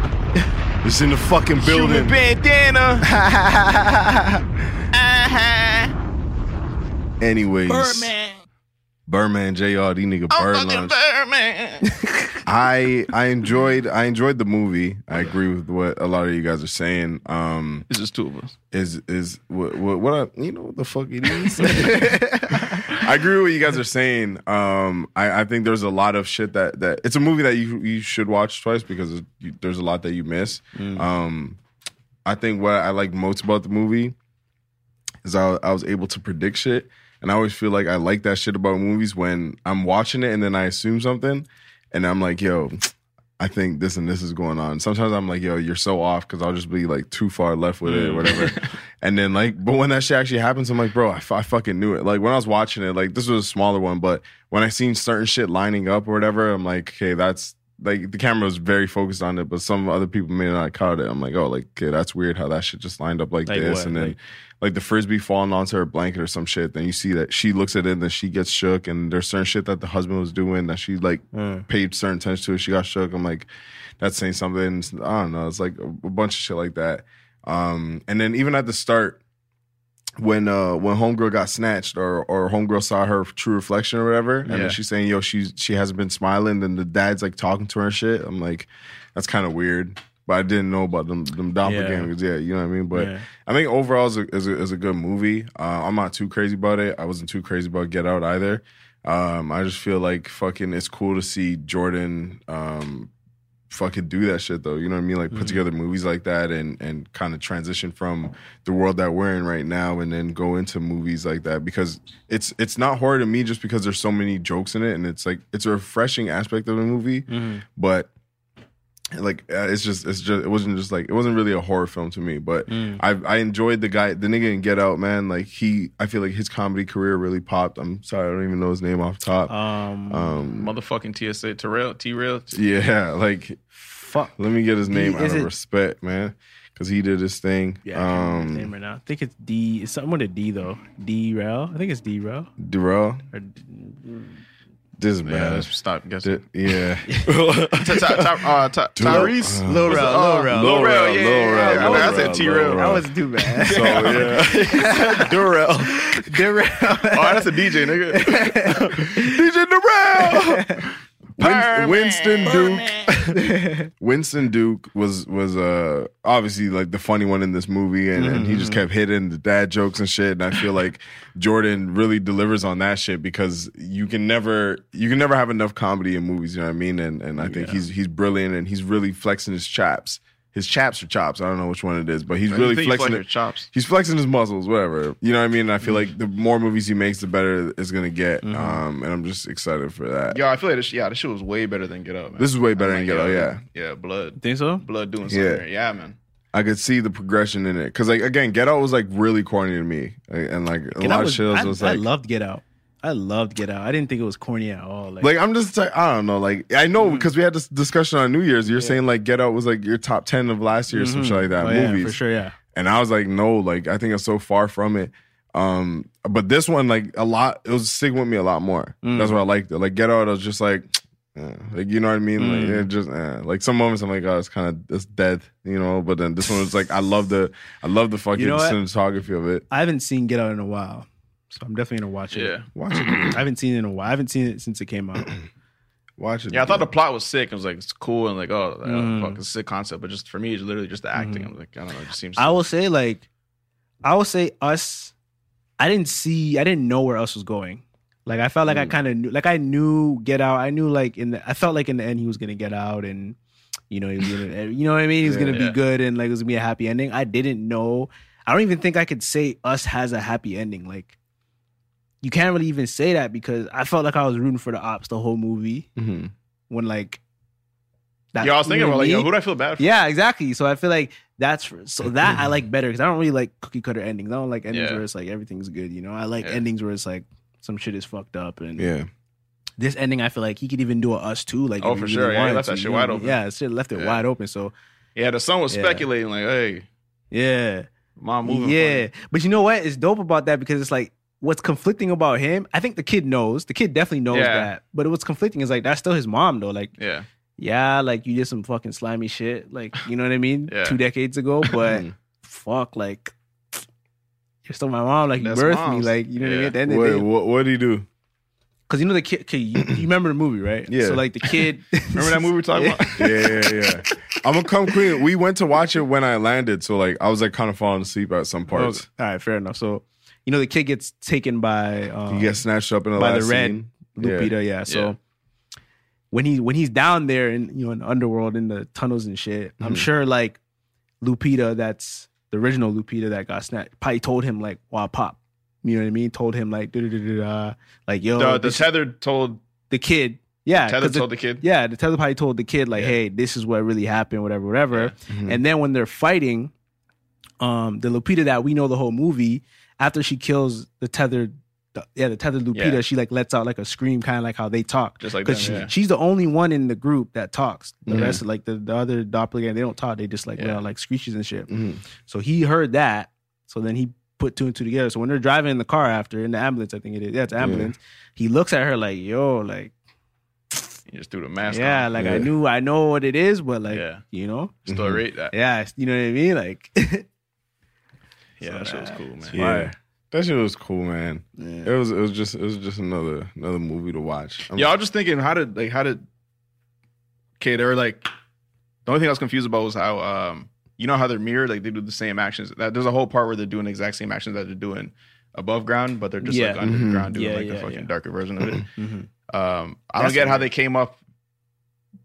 Speaker 6: It's in the fucking building. Human bandana. Anyways,
Speaker 5: Birdman.
Speaker 6: Birdman JR, these nigga Bird Lounge. I I enjoyed I enjoyed the movie. I agree with what a lot of you guys are saying. Um,
Speaker 4: It's just two of us.
Speaker 6: is is what what, what I, you know what the fuck it is. I agree with what you guys are saying. Um, I, I think there's a lot of shit that that it's a movie that you you should watch twice because you, there's a lot that you miss. Um, I think what I like most about the movie is I, I was able to predict shit, and I always feel like I like that shit about movies when I'm watching it and then I assume something, and I'm like, yo. I think this and this is going on. Sometimes I'm like, yo, you're so off because I'll just be like too far left with
Speaker 7: Mm.
Speaker 6: it or whatever. and then like, but when that shit actually happens, I'm like, bro, I, f- I fucking knew it. Like when I was watching it, like this was a smaller one, but when I seen certain shit lining up or whatever, I'm like, okay, that's like the camera was very focused on it, but some other people may not have caught it. I'm like, oh, like okay, that's weird how that shit just lined up like,
Speaker 7: Like
Speaker 6: this,
Speaker 7: what?
Speaker 6: and then
Speaker 7: Like-
Speaker 6: like the frisbee falling onto her blanket or some shit. Then you see that she looks at it, and then she gets shook, and there's certain shit that the husband was doing that she like paid certain attention to. She got shook. I'm like, that's saying something. I don't know. It's like a, a bunch of shit like that. Um, and then even at the start, when uh when homegirl got snatched or or homegirl saw her true reflection or whatever, and
Speaker 4: Yeah.
Speaker 6: then she's saying, "Yo, she's she hasn't been smiling," and the dad's like talking to her and shit. I'm like, that's kind of weird. But I didn't know about them them doppelgangers. Yeah, you know what I mean. But
Speaker 7: Yeah.
Speaker 6: I think overall is a, is a, is a good movie. Uh, I'm not too crazy about it. I wasn't too crazy about Get Out either. Um, I just feel like fucking it's cool to see Jordan um, fucking do that shit though. You know what I mean? Like put together movies like that and and kind of transition from the world that we're in right now and then go into movies like that because it's it's not horror to me just because there's so many jokes in it and it's like it's a refreshing aspect of the movie, but like uh, it's just it's just it wasn't just like it wasn't really a horror film to me but
Speaker 7: Mm.
Speaker 6: i i enjoyed the guy the nigga in get out man like he i feel like his comedy career really popped i'm sorry i don't even know his name off top
Speaker 7: Um,
Speaker 6: um
Speaker 4: Motherfucking TSA Terrell, T Rail.
Speaker 6: yeah like
Speaker 7: fuck.
Speaker 6: let me get his name
Speaker 7: Is
Speaker 6: out of
Speaker 7: it-
Speaker 6: respect man because he did his thing
Speaker 7: Yeah, I can't remember his name
Speaker 6: um
Speaker 7: right now. I think it's D. It's something with a D though. D Rel. I think it's D Rel.
Speaker 6: Um, Darrell,
Speaker 7: Or D-
Speaker 6: this is
Speaker 4: Yeah,
Speaker 6: bad
Speaker 4: let's stop
Speaker 6: Th-
Speaker 4: guessing.
Speaker 6: yeah
Speaker 4: Ty- Ty- Ty- uh, Ty- Tyrese,
Speaker 6: uh,
Speaker 7: Lil Rel, Lil Rel.
Speaker 4: Oh, Lil Rel, yeah,
Speaker 6: Lil Rel,
Speaker 4: yeah, yeah. I think
Speaker 6: Lil
Speaker 4: I
Speaker 6: Rel,
Speaker 4: said T
Speaker 6: Lil
Speaker 4: Rail.
Speaker 6: Rel.
Speaker 7: that was too bad.
Speaker 6: so yeah Darrell.
Speaker 4: Oh, that's a DJ, nigga.
Speaker 6: DJ Darrell. Win- Winston Duke.
Speaker 5: Birdman.
Speaker 6: Winston Duke was was uh obviously like the funny one in this movie, and, and he just kept hitting the dad jokes and shit. And I feel like Jordan really delivers on that shit because you can never you can never have enough comedy in movies. You know what I mean? And and I think he's he's brilliant and he's really flexing his chops. His chaps or chops, I don't know which one it is, but he's really
Speaker 4: You think you
Speaker 6: flexing
Speaker 4: flex your
Speaker 6: it-
Speaker 4: chops.
Speaker 6: he's flexing his muscles, whatever. You know what I mean? And I feel like the more movies he makes, the better it's gonna get.
Speaker 7: Mm-hmm.
Speaker 6: Um, and I'm just excited for that.
Speaker 4: Yo, I feel like this, yeah, this shit was way better than Get Out. Man.
Speaker 6: This is way better
Speaker 4: I'm
Speaker 6: than Get Out,
Speaker 4: Yeah, yeah, blood,
Speaker 7: Think so?
Speaker 4: blood doing something.
Speaker 6: Yeah.
Speaker 4: there. yeah man.
Speaker 6: I could see the progression in it. Cause like again, Get Out was like really corny to me, Like, and like a
Speaker 7: Get
Speaker 6: lot
Speaker 7: Out
Speaker 6: of shit was,
Speaker 7: I,
Speaker 6: was
Speaker 7: I
Speaker 6: like
Speaker 7: loved Get Out. I loved Get Out. I didn't think it was corny at all. Like,
Speaker 6: Like I'm just like I don't know. Like I
Speaker 7: Mm-hmm.
Speaker 6: know because we had this discussion on New Year's. You're saying like Get Out was like your top ten of last year or
Speaker 7: Mhm.
Speaker 6: some shit like that.
Speaker 7: Oh, yeah,
Speaker 6: uh, movies
Speaker 7: for sure, yeah.
Speaker 6: And I was like, no, like I think it's so far from it. Um, but this one, like a lot, it was sticking with me a lot more.
Speaker 7: Mm.
Speaker 6: That's what I liked. It. Like Get Out, I was just like, eh. like you know what I mean. Like
Speaker 7: Mm.
Speaker 6: it just eh. like some moments I'm like, oh, it's kind of it's dead, you know. But then this one was like, I love the, I love the fucking
Speaker 7: know what?
Speaker 6: cinematography of it.
Speaker 7: I haven't seen Get Out in a while, so I'm definitely gonna watch it.
Speaker 4: Yeah.
Speaker 6: Watch it.
Speaker 7: I haven't seen it in a while. I haven't seen it since it came out.
Speaker 6: Watch it.
Speaker 4: Yeah, I thought the plot was sick. I was like, it's cool, and like, oh, like, oh,
Speaker 7: Mm. Mm-hmm.
Speaker 4: fuck, it's a sick concept. But just for me, it's literally just the acting. I'm like, I don't know, it just seems.
Speaker 7: I will say like, I will say us. I didn't see. I didn't know where else was going. Like I felt like
Speaker 4: Mm.
Speaker 7: I kind of knew. Like I knew Get Out. I knew like in the. I felt like in the end he was gonna get out and. You know, he was gonna, you know what I mean. He was gonna be
Speaker 4: Yeah.
Speaker 7: good, and like it was gonna be a happy ending. I didn't know. I don't even think I could say "Us" has a happy ending. Like, you can't really even say that because I felt like I was rooting for the ops the whole movie.
Speaker 6: Mhm.
Speaker 7: When like, that,
Speaker 4: yeah, I was
Speaker 7: you
Speaker 4: thinking
Speaker 7: know
Speaker 4: about
Speaker 7: what I
Speaker 4: like, yo,
Speaker 7: mean?
Speaker 4: who do I feel bad for?
Speaker 7: Yeah, exactly. So I feel like that's so that I like better because I don't really like cookie cutter endings. I don't like endings
Speaker 4: Yeah.
Speaker 7: where it's like everything's good. You know, I like
Speaker 4: Yeah.
Speaker 7: endings where it's like some shit is fucked up. And
Speaker 6: Yeah.
Speaker 7: this ending, I feel like he could even do a us too. Like,
Speaker 4: Oh,
Speaker 7: if he
Speaker 4: for
Speaker 7: really
Speaker 4: sure. Yeah, he
Speaker 7: wanted
Speaker 4: left
Speaker 7: to,
Speaker 4: that
Speaker 7: you know
Speaker 4: shit
Speaker 7: what I
Speaker 4: wide
Speaker 7: mean?
Speaker 4: open.
Speaker 7: Yeah, it shit left it
Speaker 4: Yeah.
Speaker 7: wide open. So
Speaker 4: Yeah, the son was
Speaker 7: Yeah.
Speaker 4: speculating like, hey,
Speaker 7: yeah,
Speaker 4: mom moving.
Speaker 7: yeah. But you know what? It's dope about that because it's like. What's conflicting about him? I think the kid knows. The kid definitely knows
Speaker 4: Yeah.
Speaker 7: that. But what's conflicting is like that's still his mom though. Like
Speaker 4: funny. yeah,
Speaker 7: yeah, like you did some fucking slimy shit, like you know what I mean,
Speaker 4: Yeah.
Speaker 7: two decades ago. But fuck, like you're still my mom. Like you
Speaker 4: That's
Speaker 7: birthed me,
Speaker 4: moms.
Speaker 7: like you know what I mean.
Speaker 4: Yeah.
Speaker 7: At the end of
Speaker 6: Wait,
Speaker 7: the day,
Speaker 6: what? What did he do?
Speaker 7: because you know the kid. 'kay, you, you remember the movie, right?
Speaker 6: Yeah.
Speaker 7: So like the kid.
Speaker 4: remember that movie we were talking about?
Speaker 6: yeah, yeah, yeah. I'm gonna come clean. We went to watch it when I landed, so like I was like kind of falling asleep at some parts.
Speaker 7: Oh, All right, fair enough. So you know the kid gets taken by um,
Speaker 6: You get snatched up in the
Speaker 7: by
Speaker 6: last
Speaker 7: the red
Speaker 6: scene.
Speaker 7: Lupita. Yeah. So
Speaker 4: Yeah.
Speaker 7: when he when he's down there in you know in the underworld in the tunnels and shit,
Speaker 4: Mm-hmm.
Speaker 7: I'm sure like Lupita, that's the original Lupita that got snapped, probably told him like, "Wow, pop." You know what I mean? Told him like, da da da da, like yo,
Speaker 4: the, the
Speaker 7: this-
Speaker 4: tether told
Speaker 7: the kid, yeah,
Speaker 4: tether
Speaker 7: 'cause the-
Speaker 4: told the kid.
Speaker 7: yeah, the tether probably told the kid like,
Speaker 4: Yeah. Mm-hmm.
Speaker 7: "Hey, this is what really happened, whatever, whatever." And then when they're fighting, um, the Lupita that we know the whole movie, after she kills the tethered, the- yeah, the tethered Lupita,
Speaker 4: Yeah.
Speaker 7: she like lets out like a scream, kind of like how they talk,
Speaker 4: Just like
Speaker 7: she,
Speaker 4: them, yeah. Mm-hmm.
Speaker 7: she's the only one in the group that talks. The
Speaker 6: Mhm.
Speaker 7: rest, of, like the, the other doppelganger, they don't talk. They just like let
Speaker 4: Yeah. Mm.
Speaker 7: out like screeches and shit.
Speaker 6: Mhm.
Speaker 7: So he heard that. So then he put two and two together. So when they're driving in the car after in the ambulance, I think it is. Yeah, it's ambulance. He looks at her like, "Yo, like."
Speaker 4: He just threw the mask.
Speaker 7: yeah,
Speaker 4: on.
Speaker 7: like
Speaker 6: Yeah.
Speaker 7: I knew I know what it is, but like
Speaker 4: Yeah.
Speaker 7: you know, Mm-hmm.
Speaker 4: still rate that.
Speaker 7: yeah, it's- you know what I mean. Like,
Speaker 4: Yeah, that shit was cool, man.
Speaker 6: Yeah. That shit was cool, man. It was it was just it was just another another movie to watch. I'm-
Speaker 4: Yeah, I was just thinking, how did like how did? Okay, they were like. The only thing I was confused about was how um you know how they're mirrored, like they do the same actions. That there's a whole part where they're doing the exact same actions that they're doing above ground, but they're just like
Speaker 7: Yeah. Mm-hmm.
Speaker 4: underground doing
Speaker 7: Yeah,
Speaker 4: like the
Speaker 7: yeah,
Speaker 4: fucking
Speaker 7: yeah.
Speaker 4: darker version of it.
Speaker 7: Mhm.
Speaker 4: Um, I
Speaker 7: That's
Speaker 4: don't get how
Speaker 7: weird.
Speaker 4: they came up.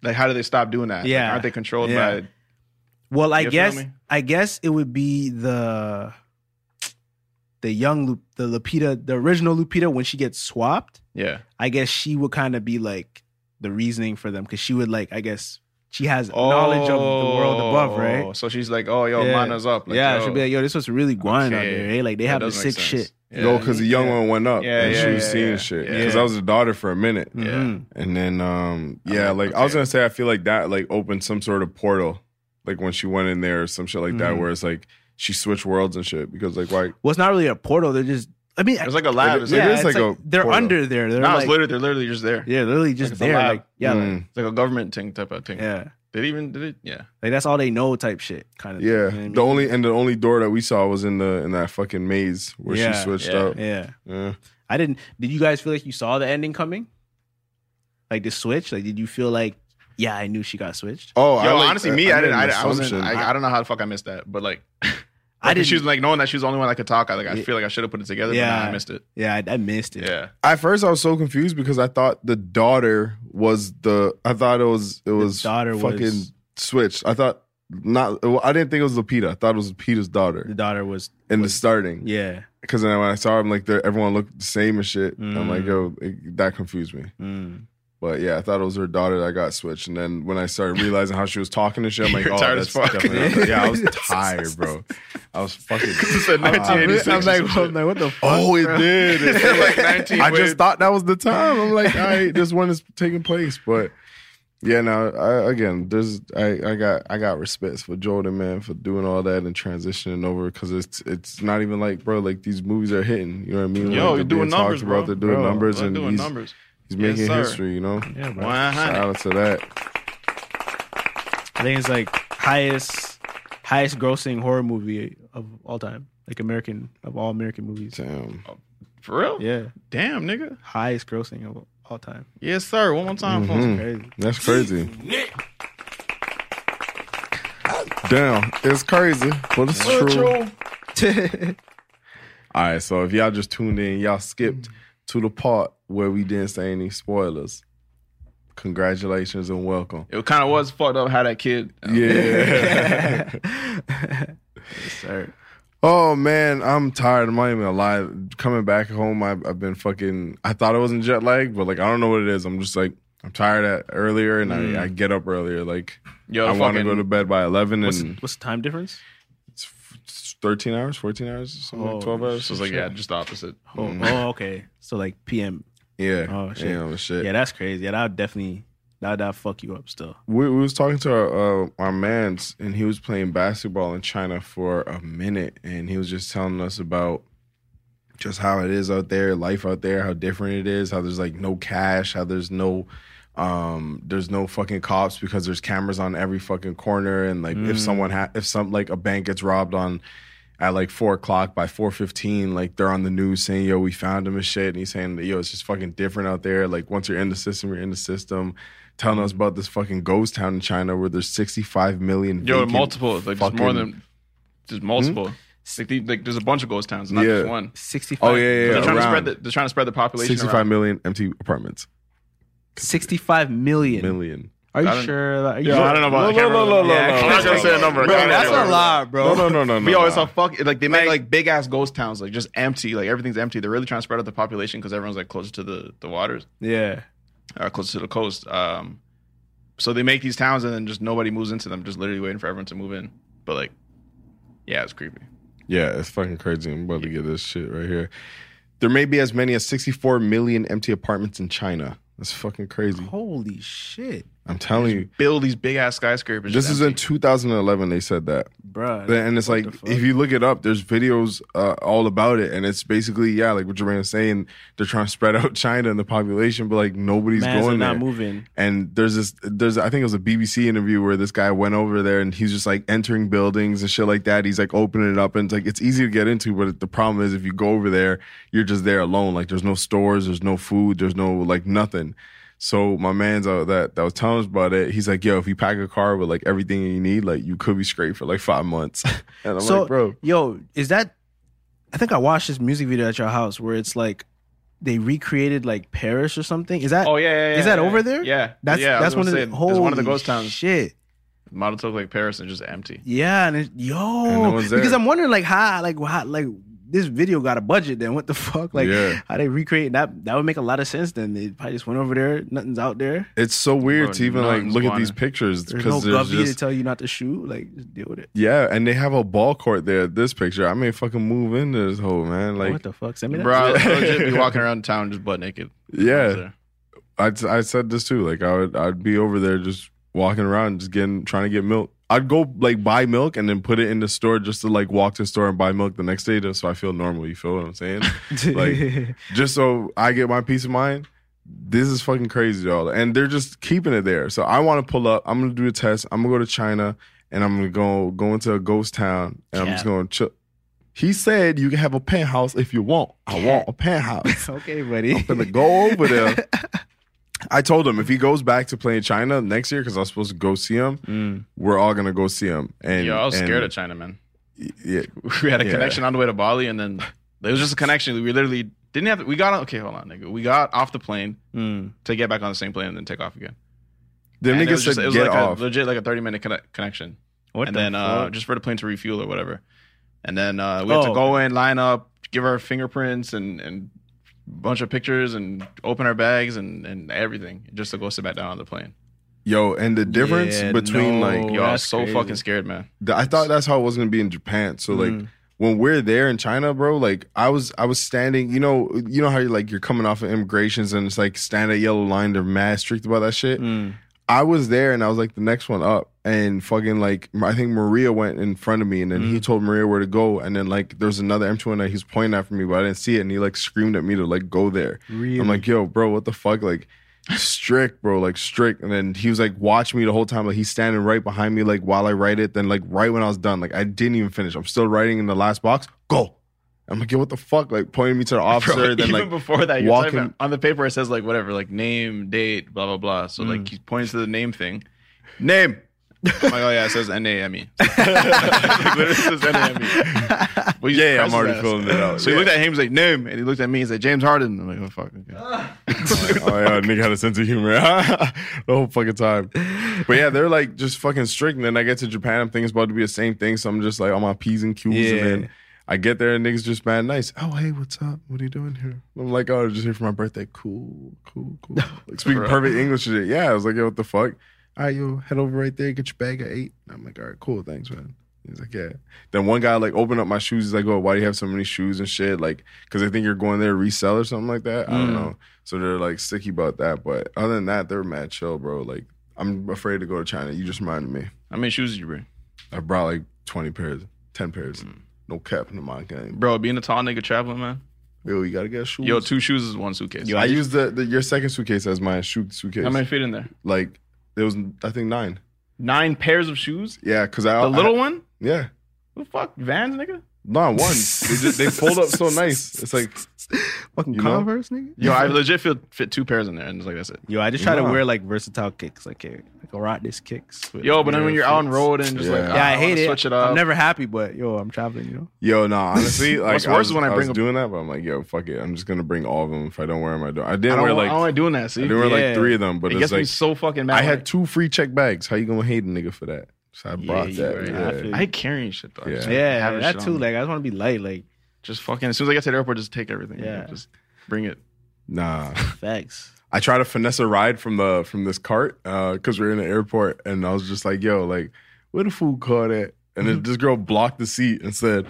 Speaker 4: Like, how do they stop doing that? Like,
Speaker 7: Yeah.
Speaker 4: aren't they controlled
Speaker 7: Yeah.
Speaker 4: by?
Speaker 7: well, I
Speaker 4: You feel
Speaker 7: guess
Speaker 4: me?
Speaker 7: I guess it would be the the young Lu- the Lupita, the original Lupita when she gets swapped.
Speaker 4: Yeah.
Speaker 7: I guess she would kind of be like the reasoning for them because she would like I guess she has
Speaker 4: Oh,
Speaker 7: knowledge of the world above, right?
Speaker 4: So she's like, oh, yo,
Speaker 7: Yeah.
Speaker 4: mana's up. Like,
Speaker 7: yeah,
Speaker 4: yo,
Speaker 7: she'll be like, yo, this was really going out
Speaker 4: okay.
Speaker 7: there, eh? Like they
Speaker 4: that
Speaker 7: have the
Speaker 4: does
Speaker 7: sick
Speaker 4: make sense.
Speaker 7: shit.
Speaker 4: Yeah.
Speaker 6: Yo, because the young
Speaker 7: Yeah.
Speaker 6: one went up
Speaker 4: Yeah,
Speaker 6: and she
Speaker 4: yeah,
Speaker 6: was
Speaker 4: yeah,
Speaker 6: seeing
Speaker 4: yeah.
Speaker 6: shit.
Speaker 4: Yeah.
Speaker 6: Because I was a daughter for a minute.
Speaker 4: Yeah.
Speaker 7: Mhm.
Speaker 6: And then um yeah,
Speaker 4: I'm
Speaker 6: like
Speaker 4: like,
Speaker 6: I was
Speaker 4: okay.
Speaker 6: gonna say I feel like that like opened some sort of portal. Like when she went in there or some shit like that,
Speaker 4: Mm-hmm.
Speaker 7: Mhm.
Speaker 6: where it's like she switched worlds and shit. Because like why
Speaker 7: Well, it's not really a portal. They're just. I mean,
Speaker 4: It's like a lab. It's
Speaker 6: It
Speaker 4: like,
Speaker 6: is like a
Speaker 7: they're
Speaker 6: portal.
Speaker 7: under there. They're
Speaker 4: no,
Speaker 7: like,
Speaker 4: it's literally they're literally just there.
Speaker 7: yeah, literally
Speaker 4: Like,
Speaker 7: just
Speaker 4: it's a
Speaker 7: there.
Speaker 4: lab.
Speaker 7: Like yeah, like,
Speaker 6: Mm,
Speaker 4: It's like a government thing type of thing.
Speaker 7: yeah,
Speaker 4: Did it even did it? Yeah.
Speaker 7: like that's all they know type shit kind of.
Speaker 6: yeah.
Speaker 7: thing, you
Speaker 6: The
Speaker 7: know what
Speaker 6: only and the only door that we saw was in the in that fucking maze where
Speaker 7: Yeah,
Speaker 6: she switched
Speaker 4: yeah.
Speaker 6: up.
Speaker 7: I mean? yeah.
Speaker 6: Yeah.
Speaker 7: I didn't. Did you guys feel like you saw the ending coming? Like the switch. Like, did you feel like yeah, I knew she got switched.
Speaker 6: Oh,
Speaker 4: Yo,
Speaker 6: like-
Speaker 4: honestly, me, I,
Speaker 6: made
Speaker 4: didn't.
Speaker 6: an
Speaker 4: I, I wasn't.
Speaker 6: assumption.
Speaker 4: I, I don't know how the fuck I missed that, but like,
Speaker 7: I
Speaker 4: like,
Speaker 7: didn't.
Speaker 4: She was like knowing that she was the only one that could talk. I like. I
Speaker 7: Yeah.
Speaker 4: feel like I should have put it together, but nah,
Speaker 7: Yeah.
Speaker 4: I missed it.
Speaker 7: yeah, I, I missed it.
Speaker 4: Yeah.
Speaker 6: At first, I was so confused because I thought the daughter was the. I thought it was it was
Speaker 7: daughter was-
Speaker 6: fucking switched. I thought not. Well, I didn't think it was Lupita. I thought it was Lupita's
Speaker 7: The
Speaker 6: daughter
Speaker 7: daughter was.
Speaker 6: in the starting.
Speaker 7: Yeah.
Speaker 6: Because then when I saw him, like they're- everyone looked the same and shit. I'm like,
Speaker 7: Mm.
Speaker 6: yo, it, that confused me.
Speaker 7: Mm.
Speaker 6: But yeah, I thought it was her daughter that got switched, and then when I started realizing how she was talking to shit, I'm like,
Speaker 4: You're
Speaker 6: "Oh,
Speaker 4: tired
Speaker 6: that's
Speaker 4: as fuck.
Speaker 6: definitely- yeah." I was tired, bro. I was fucking.
Speaker 4: It's a 1986
Speaker 7: I'm like,
Speaker 4: or some
Speaker 7: I'm like, what the fuck?
Speaker 6: Oh, it did. It said, like,
Speaker 4: Like 19
Speaker 6: I just
Speaker 4: waves.
Speaker 6: thought that was the time. I'm like, all right, this one is taking place. But yeah, no, I, again, there's I, I got I got respects for Jordan, man, for doing all that and transitioning over because it's it's not even like, bro, like these movies are hitting. You know what I
Speaker 4: Yo,
Speaker 6: mean? Like,
Speaker 4: you're
Speaker 6: they're
Speaker 4: doing
Speaker 6: being talked
Speaker 4: numbers, bro.
Speaker 6: They're doing
Speaker 4: Bro,
Speaker 6: numbers
Speaker 4: they're
Speaker 6: and
Speaker 4: doing
Speaker 6: he's,
Speaker 4: numbers.
Speaker 6: he's
Speaker 4: Yes,
Speaker 6: making
Speaker 4: sir.
Speaker 6: history. You know,
Speaker 7: Yeah, bro.
Speaker 4: One
Speaker 6: shout
Speaker 4: hundred.
Speaker 6: out to that.
Speaker 7: I think it's like highest highest grossing horror movie of all time. Like American of all American movies.
Speaker 6: Damn.
Speaker 4: For real?
Speaker 7: Yeah.
Speaker 4: Damn, nigga.
Speaker 7: Highest grossing of all time.
Speaker 4: Yes, sir. One more time. folks.
Speaker 6: Mhm.
Speaker 7: Crazy.
Speaker 6: That's crazy. Damn, it's crazy, but it's true. All right, so if y'all just tuned in, y'all skipped to the part where we didn't say any spoilers. Congratulations and welcome.
Speaker 4: It kind of was fucked up how that kid.
Speaker 6: Yeah.
Speaker 7: Sir.
Speaker 6: oh man, I'm tired. I'm not even alive. Coming back home, I, I've been fucking. I thought I wasn't jet lag, but like I don't know what it is. I'm just like I'm tired at earlier, and I, I get up earlier. Like
Speaker 4: Yo,
Speaker 6: I want to
Speaker 4: fucking-
Speaker 6: go to bed by eleven,
Speaker 7: What's
Speaker 6: and
Speaker 7: what's the time difference?
Speaker 6: it's f- it's 13 hours, 14 hours, something like
Speaker 7: Oh,
Speaker 6: 12 hours.
Speaker 4: So it's like, yeah, just the opposite. Mm-hmm.
Speaker 7: Oh,
Speaker 6: Mm.
Speaker 7: oh, okay. So like PM.
Speaker 6: Yeah.
Speaker 7: Oh, shit.
Speaker 6: Yeah, shit.
Speaker 7: Yeah, that's crazy. Yeah, that would definitely that that fuck you up still.
Speaker 6: we, we was talking to our, uh, our man's and he was playing basketball in China for a minute and he was just telling us about just how it is out there, life out there, how different it is, how there's like no cash, how there's no um there's no fucking cops because there's cameras on every fucking corner and like
Speaker 4: Mm.
Speaker 6: if someone ha- if some like a bank gets robbed on at like four o'clock by four fifteen, like they're on the news saying, "Yo, we found him and shit," and he's saying, that, "Yo, it's just fucking different out there. Like once you're in the system, you're in the system." Telling us about this fucking ghost town in China where there's 65 million.
Speaker 4: Yo,
Speaker 6: vacant
Speaker 4: multiple. Like, just more
Speaker 6: fucking- Hmm?
Speaker 4: than just multiple. Like, the, like, there's a bunch of ghost towns, not
Speaker 6: Yeah.
Speaker 4: just one.
Speaker 7: Sixty five
Speaker 6: Oh yeah, yeah, yeah
Speaker 4: they're, trying to
Speaker 6: around
Speaker 4: spread the, they're trying to spread the population.
Speaker 6: 65
Speaker 4: around.
Speaker 6: million empty apartments.
Speaker 7: sixty five million.
Speaker 6: Million.
Speaker 7: Are
Speaker 4: I
Speaker 7: you
Speaker 4: don't-
Speaker 7: sure? Are you
Speaker 4: Yo, I don't know about. I can't remember.
Speaker 7: no, no.
Speaker 4: I'm not gonna say a number. I
Speaker 6: Bro,
Speaker 4: can't
Speaker 7: that's
Speaker 4: remember.
Speaker 7: a lot, bro.
Speaker 6: No, no, no, no. no
Speaker 4: We always
Speaker 6: no.
Speaker 4: saw fuck like they make like big ass ghost towns like just empty like everything's empty. They're really trying to spread out the population because everyone's like closer to the the waters
Speaker 7: Yeah.
Speaker 4: or closer to the coast. Um, so they make these towns and then just nobody moves into them, just literally waiting for everyone to move in. But like, yeah, it's creepy.
Speaker 6: Yeah, it's fucking crazy. I'm about to get this shit right here. There may be as many as 64 million empty apartments in China. That's fucking crazy.
Speaker 7: Holy shit.
Speaker 6: I'm telling you.
Speaker 4: Build these big ass skyscrapers.
Speaker 6: This
Speaker 4: just
Speaker 6: is in
Speaker 4: empty.
Speaker 6: 2011. They said that,
Speaker 7: Bruh.
Speaker 6: and it's
Speaker 7: what
Speaker 6: like
Speaker 7: the fuck?
Speaker 6: if you look it up, there's videos uh, all about it, and it's basically yeah, like what Jermaine was saying, they're trying to spread out China and the population, but like nobody's
Speaker 7: Mans are
Speaker 6: going there.
Speaker 7: not moving.
Speaker 6: And there's this, there's I think it was a BBC interview where this guy went over there and he's just like entering buildings and shit like that. He's like opening it up and it's like it's easy to get into, but the problem is if you go over there, you're just there alone. Like there's no stores, there's no food, there's no like nothing. So my man's out that that was telling us about it. He's like, "Yo, if you pack a car with like everything you need, like you could be straight for like five months." And I'm
Speaker 7: so,
Speaker 6: like, "Bro,
Speaker 7: yo, is that? I think I watched this music video at your house where it's like they recreated like Paris or something. Is that?
Speaker 4: Oh yeah, yeah, yeah
Speaker 7: is that
Speaker 4: yeah.
Speaker 7: over there?
Speaker 4: Yeah,
Speaker 7: that's
Speaker 4: yeah, I
Speaker 7: that's
Speaker 4: was
Speaker 7: one of
Speaker 4: gonna
Speaker 7: the
Speaker 4: say,
Speaker 7: holy
Speaker 4: it's one of the ghost towns.
Speaker 7: Shit,
Speaker 4: Model took like Paris and just empty.
Speaker 7: yeah, and it,
Speaker 6: And
Speaker 7: yo,
Speaker 6: no one's there.
Speaker 7: because I'm wondering like how like how, like this video got a budget then what the fuck like
Speaker 6: Yeah.
Speaker 7: how they recreate that that would make a lot of sense then they probably just went over there nothing's out there
Speaker 6: it's so weird
Speaker 4: Bro,
Speaker 6: to even like
Speaker 4: nothing's
Speaker 6: look at
Speaker 4: going
Speaker 6: these
Speaker 4: on.
Speaker 6: pictures
Speaker 7: there's
Speaker 6: because
Speaker 7: no
Speaker 6: there's
Speaker 7: govy
Speaker 6: just
Speaker 7: to tell you not to shoot like just deal with it
Speaker 6: Yeah, and they have a ball court there. at This picture, I may fucking move into this hole, man.
Speaker 7: what
Speaker 6: Like,
Speaker 7: the fuck send me that
Speaker 4: Bro, I legit be walking around town just butt naked.
Speaker 6: yeah, I, I said this too. Like, I would I'd be over there just walking around, just getting trying to get milk. I'd go like buy milk and then put it in the store just to like walk to the store and buy milk the next day, just so I feel normal. You feel what I'm saying? like, just so I get my peace of mind. This is fucking crazy, y'all. And they're just keeping it there. So I want to pull up. I'm gonna do a test. I'm gonna go to China and I'm gonna go go into a ghost town and I'm just
Speaker 7: Cap.
Speaker 6: gonna chill. He said you can have a penthouse if you want. I want a penthouse.
Speaker 7: okay buddy
Speaker 6: I'm gonna go over there. I told him if he goes back to playing China next year, because I was supposed to go see him, we're all gonna go see him. And
Speaker 4: Mm. Yo, I was
Speaker 6: and-
Speaker 4: scared of China, man.
Speaker 6: Yeah,
Speaker 4: we had a
Speaker 6: Yeah.
Speaker 4: connection on the way to Bali, and then it was just a connection. We literally didn't have. To, we got on. Okay, hold on, nigga. We got off the plane
Speaker 7: Mm.
Speaker 4: to get back on the same plane and then take off again.
Speaker 6: the
Speaker 4: and it
Speaker 6: nigga
Speaker 4: was
Speaker 6: said
Speaker 4: just- it was
Speaker 6: get
Speaker 4: like
Speaker 6: off.
Speaker 4: A, legit, like a thirty-minute conne- connection,
Speaker 7: What
Speaker 4: and
Speaker 7: the
Speaker 4: then uh,
Speaker 7: fuck?
Speaker 4: just for the plane to refuel or whatever. And then uh, we had
Speaker 7: Oh,
Speaker 4: to go in, line up, give our fingerprints, and and bunch of pictures and open our bags and, and everything just to go sit back down on the plane.
Speaker 6: Yo, and the difference
Speaker 4: Yeah,
Speaker 6: between
Speaker 4: no, yo, I
Speaker 6: like
Speaker 4: was
Speaker 6: Oh, that's
Speaker 4: so
Speaker 6: crazy.
Speaker 4: fucking scared, man.
Speaker 6: Th- I thought that's how it was gonna be in Japan. So like
Speaker 4: Mhm.
Speaker 6: when we're there in China, bro, like I was I was standing, you know, you know how you're like you're coming off of immigrations and it's like stand at yellow line, they're mad strict about that shit. I was there and I was like the next one up and fucking like I think Maria went in front of me and then he told Maria where to go and then like there's another M21 that he's pointing at for me but I didn't see it and he like screamed at me to like go there.
Speaker 7: Really?
Speaker 6: I'm like, yo, bro, what the fuck? Like, strict, bro, like strict. And then he was like, watch me the whole time. Like, he's standing right behind me, like, while I write it. Then, like, right when I was done, like, I didn't even finish. I'm still writing in the last box. Go. I'm like, yo, what the fuck? Like, pointing me to the officer.
Speaker 4: Bro,
Speaker 6: then,
Speaker 4: even
Speaker 6: like,
Speaker 4: before that, you're
Speaker 6: walking-
Speaker 4: talking about- on the paper it says like whatever, like name, date, blah blah blah. So like he points to the name thing. Name. I'm like, oh yeah, it says N A M E. Literally says N A M E. Well, he just
Speaker 6: Yeah, I'm
Speaker 4: presses
Speaker 6: already
Speaker 4: us.
Speaker 6: filling it out.
Speaker 4: So he
Speaker 6: Yeah.
Speaker 4: looked at him, he's like, name, and he looked at me, he's like, James Harden. I'm like, oh fuck. Okay.
Speaker 6: oh yeah, nigga had a sense of humor the whole fucking time. But yeah, they're like just fucking strict. And then I get to Japan, I'm thinking it's about to be the same thing. So I'm just like on my p's and q's.
Speaker 7: Yeah.
Speaker 6: And then I get there and niggas just mad nice. Oh hey, what's up? What are you doing here? I'm like, oh, just here for my birthday. Cool, cool, cool. Like speaking perfect English and shit. Yeah, I was like, yo, what the fuck? All right, yo, head over right there, get your bag at eight. And I'm like, all right, cool, thanks, man. He's like, yeah. Then one guy like opened up my shoes. He's like, oh, why do you have so many shoes and shit? Like, because they think you're going there to resell or something like that.
Speaker 4: Mm.
Speaker 6: I don't know. So they're like sticky about that. But other than that, they're mad chill, bro. Like, I'm afraid to go to China. You just reminded me.
Speaker 4: How many shoes did you bring?
Speaker 6: I brought like 20 pairs, 10 pairs.
Speaker 4: Mm.
Speaker 6: No cap in my game.
Speaker 4: Bro, being a tall nigga traveling, man.
Speaker 6: Yo, you gotta get shoes.
Speaker 4: Yo, two shoes is one suitcase.
Speaker 6: I used the, the your second suitcase as my shoe suitcase.
Speaker 4: How many fit in there?
Speaker 6: Like, there was I think nine.
Speaker 4: Nine pairs of shoes?
Speaker 6: Yeah, cause I
Speaker 4: The little
Speaker 6: I-
Speaker 4: one?
Speaker 6: Yeah,
Speaker 4: What the fuck? Vans, nigga?
Speaker 6: not one. they just they fold up so nice. It's like
Speaker 7: Fucking
Speaker 6: You know?
Speaker 7: Converse, nigga.
Speaker 4: Yo, I legit feel fit two pairs in there, and it's like that's it.
Speaker 7: Yo, I just try to
Speaker 6: Nah.
Speaker 7: wear like versatile kicks, like a like a Rottnest kicks. with
Speaker 4: Yo, but then when you're out on
Speaker 7: fits.
Speaker 4: road and just like,
Speaker 6: Yeah.
Speaker 7: yeah, I,
Speaker 4: wanna
Speaker 7: hate it.
Speaker 4: Switch it up.
Speaker 7: I'm never happy, but yo, I'm traveling. You know,
Speaker 6: Yo, no, honestly, like
Speaker 4: What's
Speaker 6: I
Speaker 4: worse
Speaker 6: was,
Speaker 4: is when I bring
Speaker 6: was
Speaker 4: a-
Speaker 6: doing that, but I'm like, yo, fuck it, I'm just gonna bring all of them. If I don't wear them, I don't. I didn't
Speaker 4: I don't,
Speaker 6: wear
Speaker 4: wa-
Speaker 6: like
Speaker 4: I don't like doing that.
Speaker 6: I
Speaker 4: See,
Speaker 6: didn't wear like three of them, but
Speaker 4: it
Speaker 6: it's
Speaker 4: gets me
Speaker 6: like
Speaker 4: so fucking mad.
Speaker 6: I had two free check bags. How you gonna hate a nigga for that? So I bought
Speaker 4: yeah,
Speaker 6: that.
Speaker 4: you
Speaker 6: yeah.
Speaker 4: right. I, hate carrying shit though. I just
Speaker 6: Yeah.
Speaker 4: hate
Speaker 7: yeah,
Speaker 4: having
Speaker 7: that
Speaker 4: shit
Speaker 7: too.
Speaker 4: on me.
Speaker 7: Like I just want to be light, like
Speaker 4: just fucking as soon as I get to the airport, just take everything. Yeah,
Speaker 7: Yeah.
Speaker 4: just bring it.
Speaker 6: Nah,
Speaker 7: facts.
Speaker 6: I tried to finesse a ride from the from this cart because we are in the airport, and I was just like, yo, like where the food cart at? And
Speaker 7: Mm-hmm.
Speaker 6: then this girl blocked the seat and said,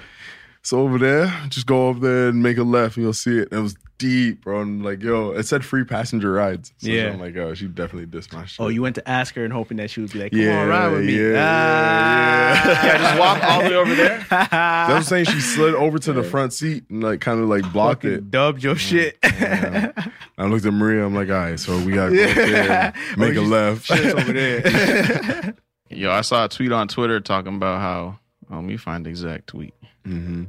Speaker 6: it's over there. Just go over there and make a left, and you'll see it. And it was deep, bro. I'm like, yo, it said free passenger rides. So
Speaker 7: Yeah.
Speaker 6: I'm like, oh, she definitely dissed my shit.
Speaker 7: Oh, you went to ask her and hoping that she would be like, "Come
Speaker 6: Yeah,
Speaker 7: on, ride with me."
Speaker 6: yeah,
Speaker 7: ah.
Speaker 6: yeah. Yeah, just walk all the way
Speaker 7: over there.
Speaker 6: That's what I'm saying. She slid over to the front seat and like kind of like blocked it.
Speaker 7: Fucking dubbed your shit.
Speaker 6: Yeah. I looked at Maria. I'm like, all right, so we gotta go up there, make a left.
Speaker 7: Oh, Shit's over there.
Speaker 4: Yo, I saw a tweet on Twitter talking about how. Um, let me find the exact tweet.
Speaker 7: Mm-hmm.
Speaker 6: hmm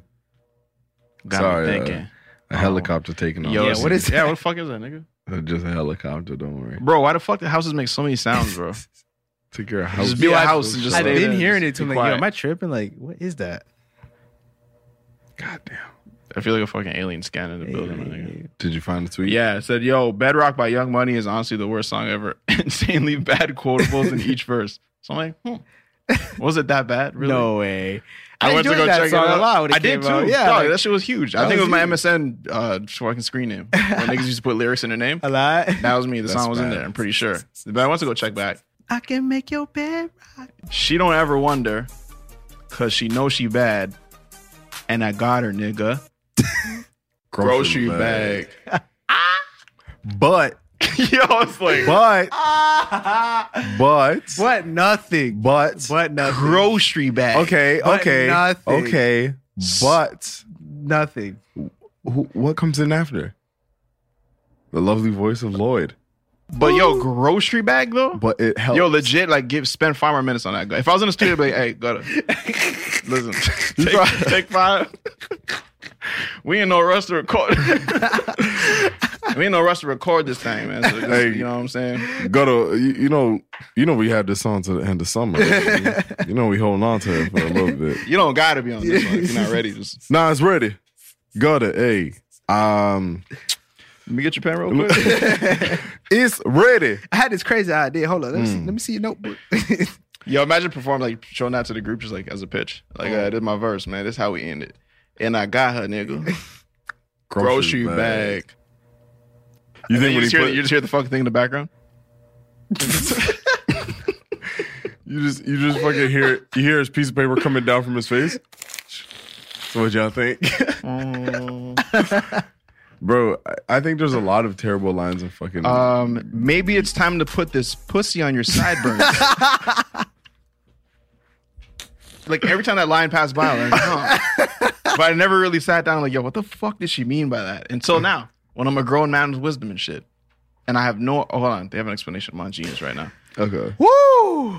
Speaker 4: Got
Speaker 6: Sorry, uh,
Speaker 4: me thinking.
Speaker 6: A helicopter taking off.
Speaker 4: Yo,
Speaker 7: Yeah,
Speaker 4: it's-
Speaker 7: what is
Speaker 4: yeah? What the fuck is that, nigga?
Speaker 6: Uh, just a helicopter. Don't worry.
Speaker 4: Bro, why the fuck the houses make so many sounds, bro?
Speaker 6: Take your house.
Speaker 4: just be
Speaker 7: Yeah,
Speaker 4: a
Speaker 7: I-
Speaker 4: house and just.
Speaker 7: I've
Speaker 4: stay
Speaker 7: been
Speaker 4: there,
Speaker 7: hearing it
Speaker 4: just
Speaker 7: too. I'm
Speaker 4: be
Speaker 7: like, yo,
Speaker 4: quiet.
Speaker 7: am I tripping? Like, what is that?
Speaker 6: Goddamn.
Speaker 4: I feel like a fucking alien scanning the building, my nigga.
Speaker 6: Did you find the tweet?
Speaker 4: Yeah, it said, "Yo, Bedrock by Young Money is honestly the worst song ever. Insanely bad quotables in each verse." So I'm like, hmm. was it that bad? Really?
Speaker 7: No way.
Speaker 4: I, went to
Speaker 7: enjoyed
Speaker 4: go
Speaker 7: that
Speaker 4: check it
Speaker 7: song a
Speaker 4: out.
Speaker 7: lot when it
Speaker 4: I did
Speaker 7: came out.
Speaker 4: too.
Speaker 7: Yeah,
Speaker 4: Yeah,
Speaker 7: like-
Speaker 4: that shit was huge. I
Speaker 7: That
Speaker 4: think it was
Speaker 7: was
Speaker 4: my
Speaker 7: huge.
Speaker 4: MSN uh, fucking screen name. When niggas used to put lyrics in their name.
Speaker 7: a lot.
Speaker 4: That was me. The
Speaker 6: That's
Speaker 4: song was in
Speaker 6: bad.
Speaker 4: there. I'm pretty sure. But I went to go check back.
Speaker 7: I can make your bed rock.
Speaker 4: She don't ever wonder, cause she knows she bad, and I got her, nigga. Grocery bag.
Speaker 6: But
Speaker 4: Yo, I was like,
Speaker 6: but but
Speaker 7: What nothing?
Speaker 6: but
Speaker 7: What nothing?
Speaker 4: grocery bag.
Speaker 6: okay
Speaker 7: But
Speaker 6: okay
Speaker 7: nothing.
Speaker 6: okay. But
Speaker 7: Nothing.
Speaker 6: wh- what comes in after? The lovely voice of Lloyd.
Speaker 4: But yo, grocery bag though.
Speaker 6: But it helps.
Speaker 4: Yo, legit, like, give spend five more minutes on that. If I was in the studio, I'd be like, hey, gotta listen, take, take five. we in no rush to record. we in no rush to record this thing, man. So just,
Speaker 6: Hey.
Speaker 4: you know what I'm saying?
Speaker 6: Go to you, you know you know we had this on to the end of summer. you know we holding on to it for a little bit.
Speaker 4: You don't gotta be on this one if you're not ready. Just
Speaker 6: Nah, it's ready. Got it. Hey, um,
Speaker 4: let me get your pen real quick.
Speaker 6: it's ready.
Speaker 7: I had this crazy idea. Hold on. Let me, see, let me see your notebook.
Speaker 4: yo, imagine performing like showing that to the group just like as a pitch. Like,
Speaker 6: Oh.
Speaker 4: uh, this is my verse, man. This is how we end it. And I got her, nigga. Grocery, bag.
Speaker 6: You think
Speaker 4: you
Speaker 6: when he
Speaker 4: just, hear,
Speaker 6: put-
Speaker 4: you just hear the fucking thing in the background?
Speaker 6: You just you just fucking hear you hear his piece of paper coming down from his face. So what y'all think? Bro, I- I think there's a lot of terrible lines in fucking
Speaker 4: Um, maybe it's time to put this pussy on your sideburns. like every time that line passed by, I'm like, huh. but I never really sat down like, yo, what the fuck did she mean by that? Until now, when I'm a grown man with wisdom and shit, and I have no. Oh, hold on, they have an explanation. I'm on genius right now.
Speaker 6: Okay.
Speaker 7: Woo!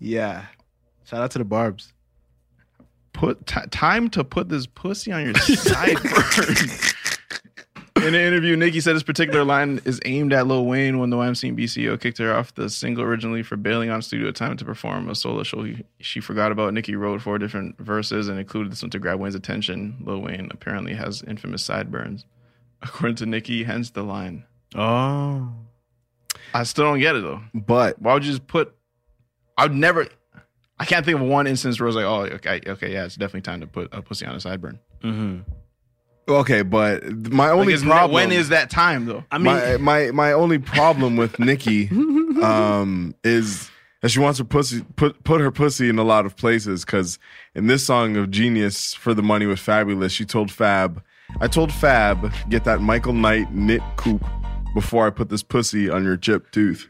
Speaker 7: Yeah. Shout out to the Barb's.
Speaker 4: Put ti time to put this pussy on your sideburns. In an interview, Nikki said this particular line is aimed at Lil Wayne when the YMCA BCO E kicked her off the single originally for bailing on studio time to perform a solo show. He- She forgot about Nikki wrote four different verses and included this one to grab Wayne's attention. Lil Wayne apparently has infamous sideburns, according to Nikki. Hence the line.
Speaker 7: Oh.
Speaker 4: I still don't get it though.
Speaker 6: But
Speaker 4: Why would you just put? I would never. I can't think of one instance where I was like, "Oh, okay, okay, yeah, it's definitely time to put a pussy on a sideburn."
Speaker 6: okay, but my
Speaker 4: Like,
Speaker 6: only
Speaker 4: it's-
Speaker 6: problem
Speaker 4: When is that time though?
Speaker 7: I mean,
Speaker 6: my, my my only problem with Nikki um, is that she wants her pussy put put her pussy in a lot of places. Because in this song of Genius for the money was fabulous, she told Fab, "I told Fab get that Michael Knight knit coupe before I put this pussy on your chipped tooth."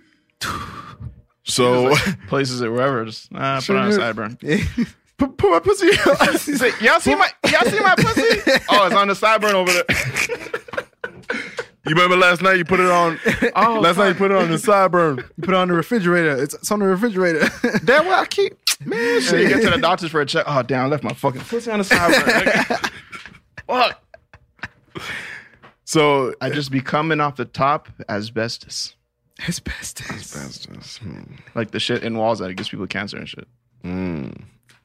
Speaker 6: So
Speaker 4: places it wherever. Just nah, put on a sideburn.
Speaker 6: put, put my pussy.
Speaker 4: He's like, y'all see my y'all see my pussy? Oh, it's on the sideburn over there.
Speaker 6: you remember last night you put it on.
Speaker 4: Oh,
Speaker 6: last night you put it on the sideburn.
Speaker 7: You put it on the refrigerator. It's, it's on the refrigerator.
Speaker 4: That what I keep. Man, shit. You get to the doctors for a check. Oh, damn, I left my fucking pussy on the sideburn. nigga. Fuck.
Speaker 6: So
Speaker 4: I just be coming off the top asbestos,
Speaker 7: Asbestos.
Speaker 6: hmm.
Speaker 4: like the shit in walls that gives people cancer and shit.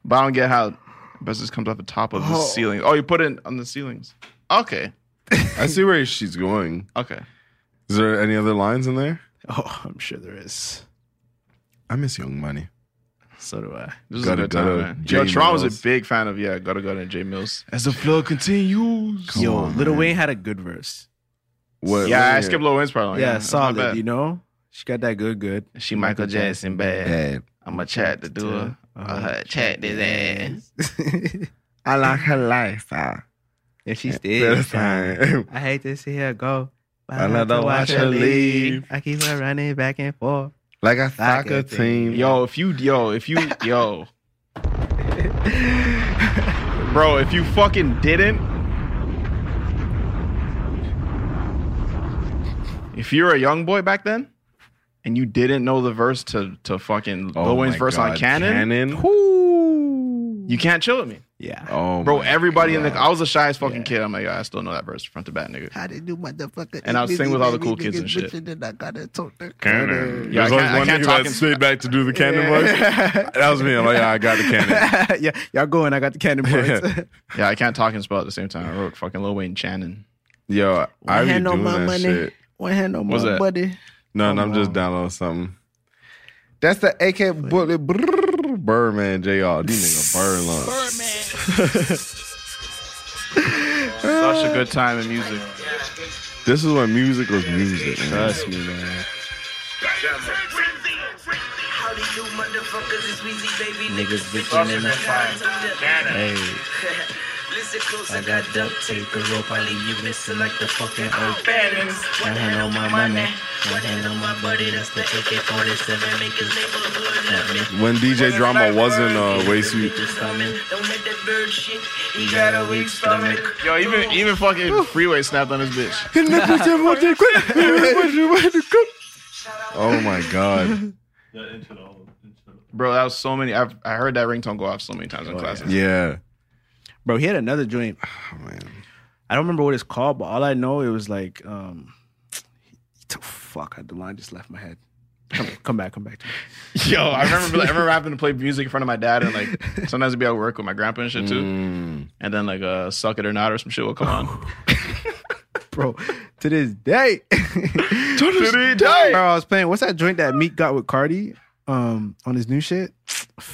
Speaker 4: But I don't get how asbestos comes off the top of the ceiling. Oh, you put it on the ceilings. Okay,
Speaker 6: I see where she's going.
Speaker 4: okay.
Speaker 6: Is there any other lines in there?
Speaker 7: Oh, I'm sure there is.
Speaker 6: I miss Young Money.
Speaker 7: So do I.
Speaker 4: This
Speaker 6: Gotta
Speaker 4: is a good
Speaker 6: gotta
Speaker 4: time, man.
Speaker 6: Jay
Speaker 4: Yo, Tron was
Speaker 6: Mills.
Speaker 4: a big fan of yeah, gotta go to Jay Mills.
Speaker 7: As the flow continues. Yo,
Speaker 6: on,
Speaker 7: Little
Speaker 6: man.
Speaker 7: Wayne had a good verse.
Speaker 6: What?
Speaker 4: yeah, I
Speaker 6: what-
Speaker 4: skipped Lil Wayne's part. line.
Speaker 7: Oh, yeah,
Speaker 4: that's not
Speaker 7: solid.
Speaker 4: bad.
Speaker 7: You know, she got that good, good.
Speaker 4: She Michael Jackson bad. I'ma chat to do her.
Speaker 7: Oh,
Speaker 4: Uh, chat this ass.
Speaker 7: I like her uh, lifestyle. If she
Speaker 6: Better
Speaker 7: stays,
Speaker 6: sign.
Speaker 7: I hate to see her go. but
Speaker 6: I love to watch her leave.
Speaker 7: I keep her running back and forth.
Speaker 6: Like a
Speaker 7: Soccer
Speaker 6: soccer team.
Speaker 4: Yo, if you yo, if you yo. Bro, if you fucking didn't If you were a young boy back then and you didn't know the verse to to fucking
Speaker 6: Oh
Speaker 4: Lil Wayne's
Speaker 6: my
Speaker 4: verse on
Speaker 6: God,
Speaker 4: Cannon,
Speaker 6: Cannon.
Speaker 4: you can't chill with me.
Speaker 7: Yeah.
Speaker 6: Oh,
Speaker 4: Bro,
Speaker 6: my
Speaker 4: everybody in
Speaker 6: God.
Speaker 4: the I was the shyest fucking kid. I'm like, I still know that verse front to back, nigga.
Speaker 7: How they do, motherfucker?
Speaker 4: And I'll sing with all the cool kids and shit.
Speaker 6: Cannon.
Speaker 4: Yeah, I
Speaker 6: There's always
Speaker 4: can't- I
Speaker 6: one
Speaker 4: can't
Speaker 6: nigga
Speaker 4: talk
Speaker 6: that
Speaker 4: in-
Speaker 6: stayed back to do the cannon voice. That was me. I'm like, yeah, I got the cannon.
Speaker 7: yeah, y'all going? I got the cannon points.
Speaker 4: Yeah, I can't talk and spell at the same time. I wrote fucking Lil Wayne Shannon.
Speaker 6: Yo, I be
Speaker 7: hand
Speaker 6: doing
Speaker 7: on my
Speaker 6: that
Speaker 7: money.
Speaker 6: shit.
Speaker 7: One hand on
Speaker 4: What's
Speaker 7: my
Speaker 4: that?
Speaker 7: buddy.
Speaker 6: No, no, I'm just downloading something. That's the AK bullet. brrrr, Birdman, JR. These nigga bird lunch.
Speaker 5: Birdman.
Speaker 4: Such a good time in music.
Speaker 6: This is when music was music. Man.
Speaker 4: Trust me, man.
Speaker 10: Howdy, you motherfuckers, it's Weezy, baby.
Speaker 11: Niggas
Speaker 10: bitchin'
Speaker 11: in the fire. Hey,
Speaker 10: Listen close,
Speaker 11: I got duct tape and rope. I leave you missing like the fucking oak.
Speaker 10: balance.
Speaker 11: One hand on my money, one hand on my buddy. That's the AK-47. Make his neighborhood love me.
Speaker 6: When DJ Drama wasn't uh, way sweet.
Speaker 11: Just coming.
Speaker 10: Don't let that bird shit. He got a weak stomach.
Speaker 4: Yo, even even fucking Freeway snapped on his bitch.
Speaker 6: Oh my god.
Speaker 4: Bro, that was so many. I've I heard that ringtone go off so many times in
Speaker 7: Oh,
Speaker 4: classes.
Speaker 6: Yeah.
Speaker 7: Bro, he had another joint.
Speaker 6: Oh, man.
Speaker 7: I don't remember what it's called, but all I know it was like, um, fuck, the line just left my head. Come, come back, come back to me.
Speaker 4: Yo, I remember like, I remember having to play music in front of my dad and like sometimes I'd be at work with my grandpa and shit too.
Speaker 7: Mm.
Speaker 4: And then like uh suck it or not or some shit will come on.
Speaker 7: bro. To this day, to
Speaker 4: this day.
Speaker 7: bro. I was playing. What's that joint that Meek got with Cardi? Um, on his new shit. Fuck,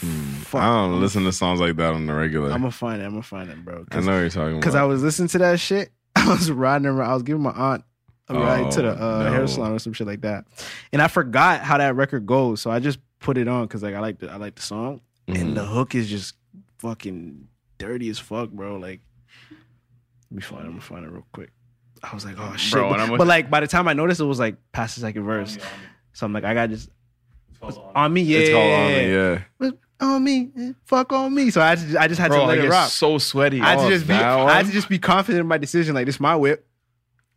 Speaker 6: Hmm. I don't listen to songs like that on the regular.
Speaker 7: I'm
Speaker 6: i
Speaker 7: gonna find it. I'm gonna find it, bro.
Speaker 6: know what you're talking about.
Speaker 7: Because I was listening to that shit. I was riding around. I was giving my aunt a ride to the
Speaker 3: Oh,
Speaker 7: uh, hair
Speaker 3: no.
Speaker 7: salon or some shit like that. And I forgot how that record goes, so I just put it on because like I like the I like the song, and the hook is just fucking dirty as fuck, bro. Like, let me find I'm gonna find it real quick. I was like, oh shit,
Speaker 4: Bro, and
Speaker 7: but,
Speaker 4: I'm with-
Speaker 7: but, like by the time I noticed, it was like past the second verse, so I'm like, I got just it's on me, yeah,
Speaker 6: It's called on me, yeah.
Speaker 7: on me, eh, fuck on me. So I just, I just had
Speaker 4: Bro,
Speaker 7: to let
Speaker 4: I
Speaker 7: it
Speaker 4: get
Speaker 7: rock.
Speaker 4: so sweaty.
Speaker 7: I had
Speaker 4: Oh,
Speaker 7: to just be,
Speaker 4: that
Speaker 7: I had
Speaker 4: one?
Speaker 7: to just be confident in my decision. Like this, is my whip.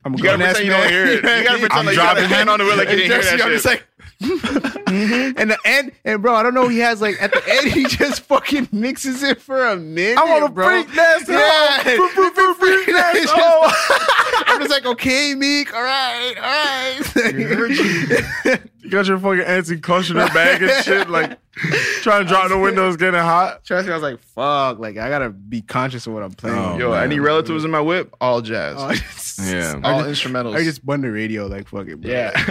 Speaker 7: I'm a
Speaker 4: You gotta
Speaker 7: grown-ass
Speaker 4: pretend you don't
Speaker 7: man.
Speaker 4: hear it.
Speaker 7: know what I
Speaker 4: You gotta
Speaker 7: mean?
Speaker 4: pretend like you got a hand on the wheel like you
Speaker 7: And
Speaker 4: didn't hear
Speaker 7: Jesse,
Speaker 4: that
Speaker 7: I'm just
Speaker 4: shit.
Speaker 7: like, and the end, and bro, I don't know. He has like at the end, he just fucking mixes it for a minute. I want to freak
Speaker 6: dance,
Speaker 7: yeah.
Speaker 6: oh, freak, freak, freak dance,
Speaker 7: It's just- I'm just like, okay, Meek, all right, all right.
Speaker 6: You got your fucking anti-cushioner bag and shit, like trying to drop the windows, getting hot.
Speaker 7: Trust me, I was like, fuck, like I gotta be conscious of what I'm playing.
Speaker 4: Yo, any relatives in my whip? All jazz.
Speaker 6: Yeah.
Speaker 4: all
Speaker 7: I Oh, just-
Speaker 4: instrumentals.
Speaker 7: I just bun the radio, like fuck it, bro.
Speaker 4: yeah.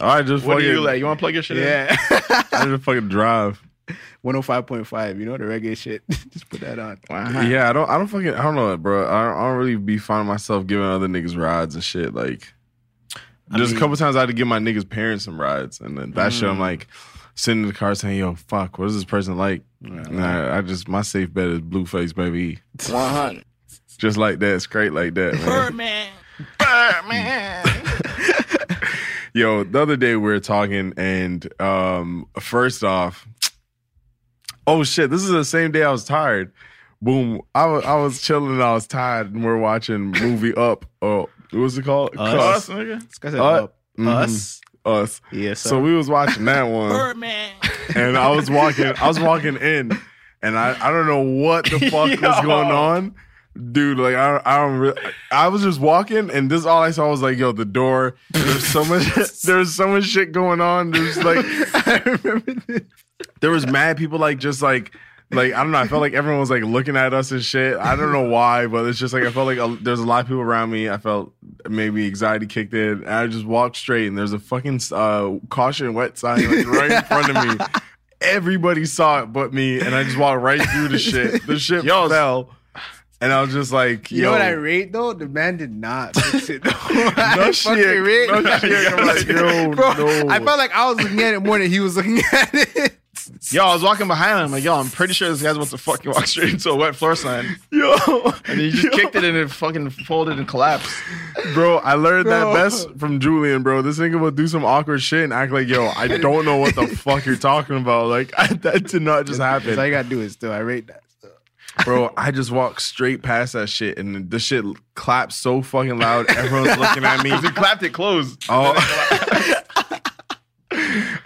Speaker 6: All right, just
Speaker 4: what do
Speaker 6: fucking.
Speaker 4: you like? You want to plug your shit in?
Speaker 7: yeah.
Speaker 6: I just fucking drive.
Speaker 7: 105.5, you know the reggae shit. just put that on.
Speaker 4: Wow.
Speaker 6: Yeah, I don't. I don't fucking. I don't know, bro. I don't, I don't really be finding myself giving other niggas rides and shit. Like, there's a couple times I had to give my niggas parents some rides, and then that shit. I'm like sitting in the car saying, "Yo, fuck, what is this person like?" And I, I just my safe bet is Blueface, baby.
Speaker 5: One hundred.
Speaker 6: Just like that, straight like that, man.
Speaker 5: Birdman.
Speaker 6: Yo, the other day we were talking, and um, first off, oh shit, this is the same day I was tired. Boom, I was I was chilling, and I was tired, and we're watching movie Up. Oh, what's it called?
Speaker 7: Us.
Speaker 6: Cuss, nigga.
Speaker 7: This guy said,
Speaker 6: Uh,
Speaker 7: up. us.
Speaker 6: Us.
Speaker 7: Yes, sir.
Speaker 6: So we was watching that one,
Speaker 5: Birdman.
Speaker 6: and I was walking, I was walking in, and I I don't know what the fuck was
Speaker 4: Yo.
Speaker 6: going on. Dude, like I, I don't. Re- I was just walking, and this all I saw was like, "Yo, the door." There's so much. there's so much shit going on. There's like, I remember this. there was mad people like just like like I don't know. I felt like everyone was like looking at us and shit. I don't know why, but it's just like I felt like a, there's a lot of people around me. I felt maybe anxiety kicked in. And I just walked straight, and there's a fucking uh, caution wet sign like right in front of me. Everybody saw it but me, and I just walked right through the shit. The shit
Speaker 4: Yo,
Speaker 6: fell, and I was just like,
Speaker 7: You
Speaker 6: "Yo,
Speaker 7: know what I rate though? The man did not fix it. no
Speaker 6: No shit. No shit. I'm like, yo,
Speaker 7: bro,
Speaker 6: no.
Speaker 7: I felt like I was looking at it more than he was looking at it.
Speaker 4: Yo, I was walking behind him. I'm like, yo, I'm pretty sure this guy's about to fucking walk straight into a wet floor sign.
Speaker 6: yo,
Speaker 4: And he just kicked it and it fucking folded and collapsed.
Speaker 6: Bro, I learned
Speaker 7: Bro.
Speaker 6: that best from Julian, bro. This nigga will do some awkward shit and act like, yo, I don't know what the fuck you're talking about. Like, I, that did not just
Speaker 7: That's all
Speaker 6: happen.
Speaker 7: you gotta do is still. I rate that. Still.
Speaker 6: Bro, I just walked straight past that shit and the shit clapped so fucking loud. Everyone's looking at me.
Speaker 4: He clapped it closed.
Speaker 6: Oh.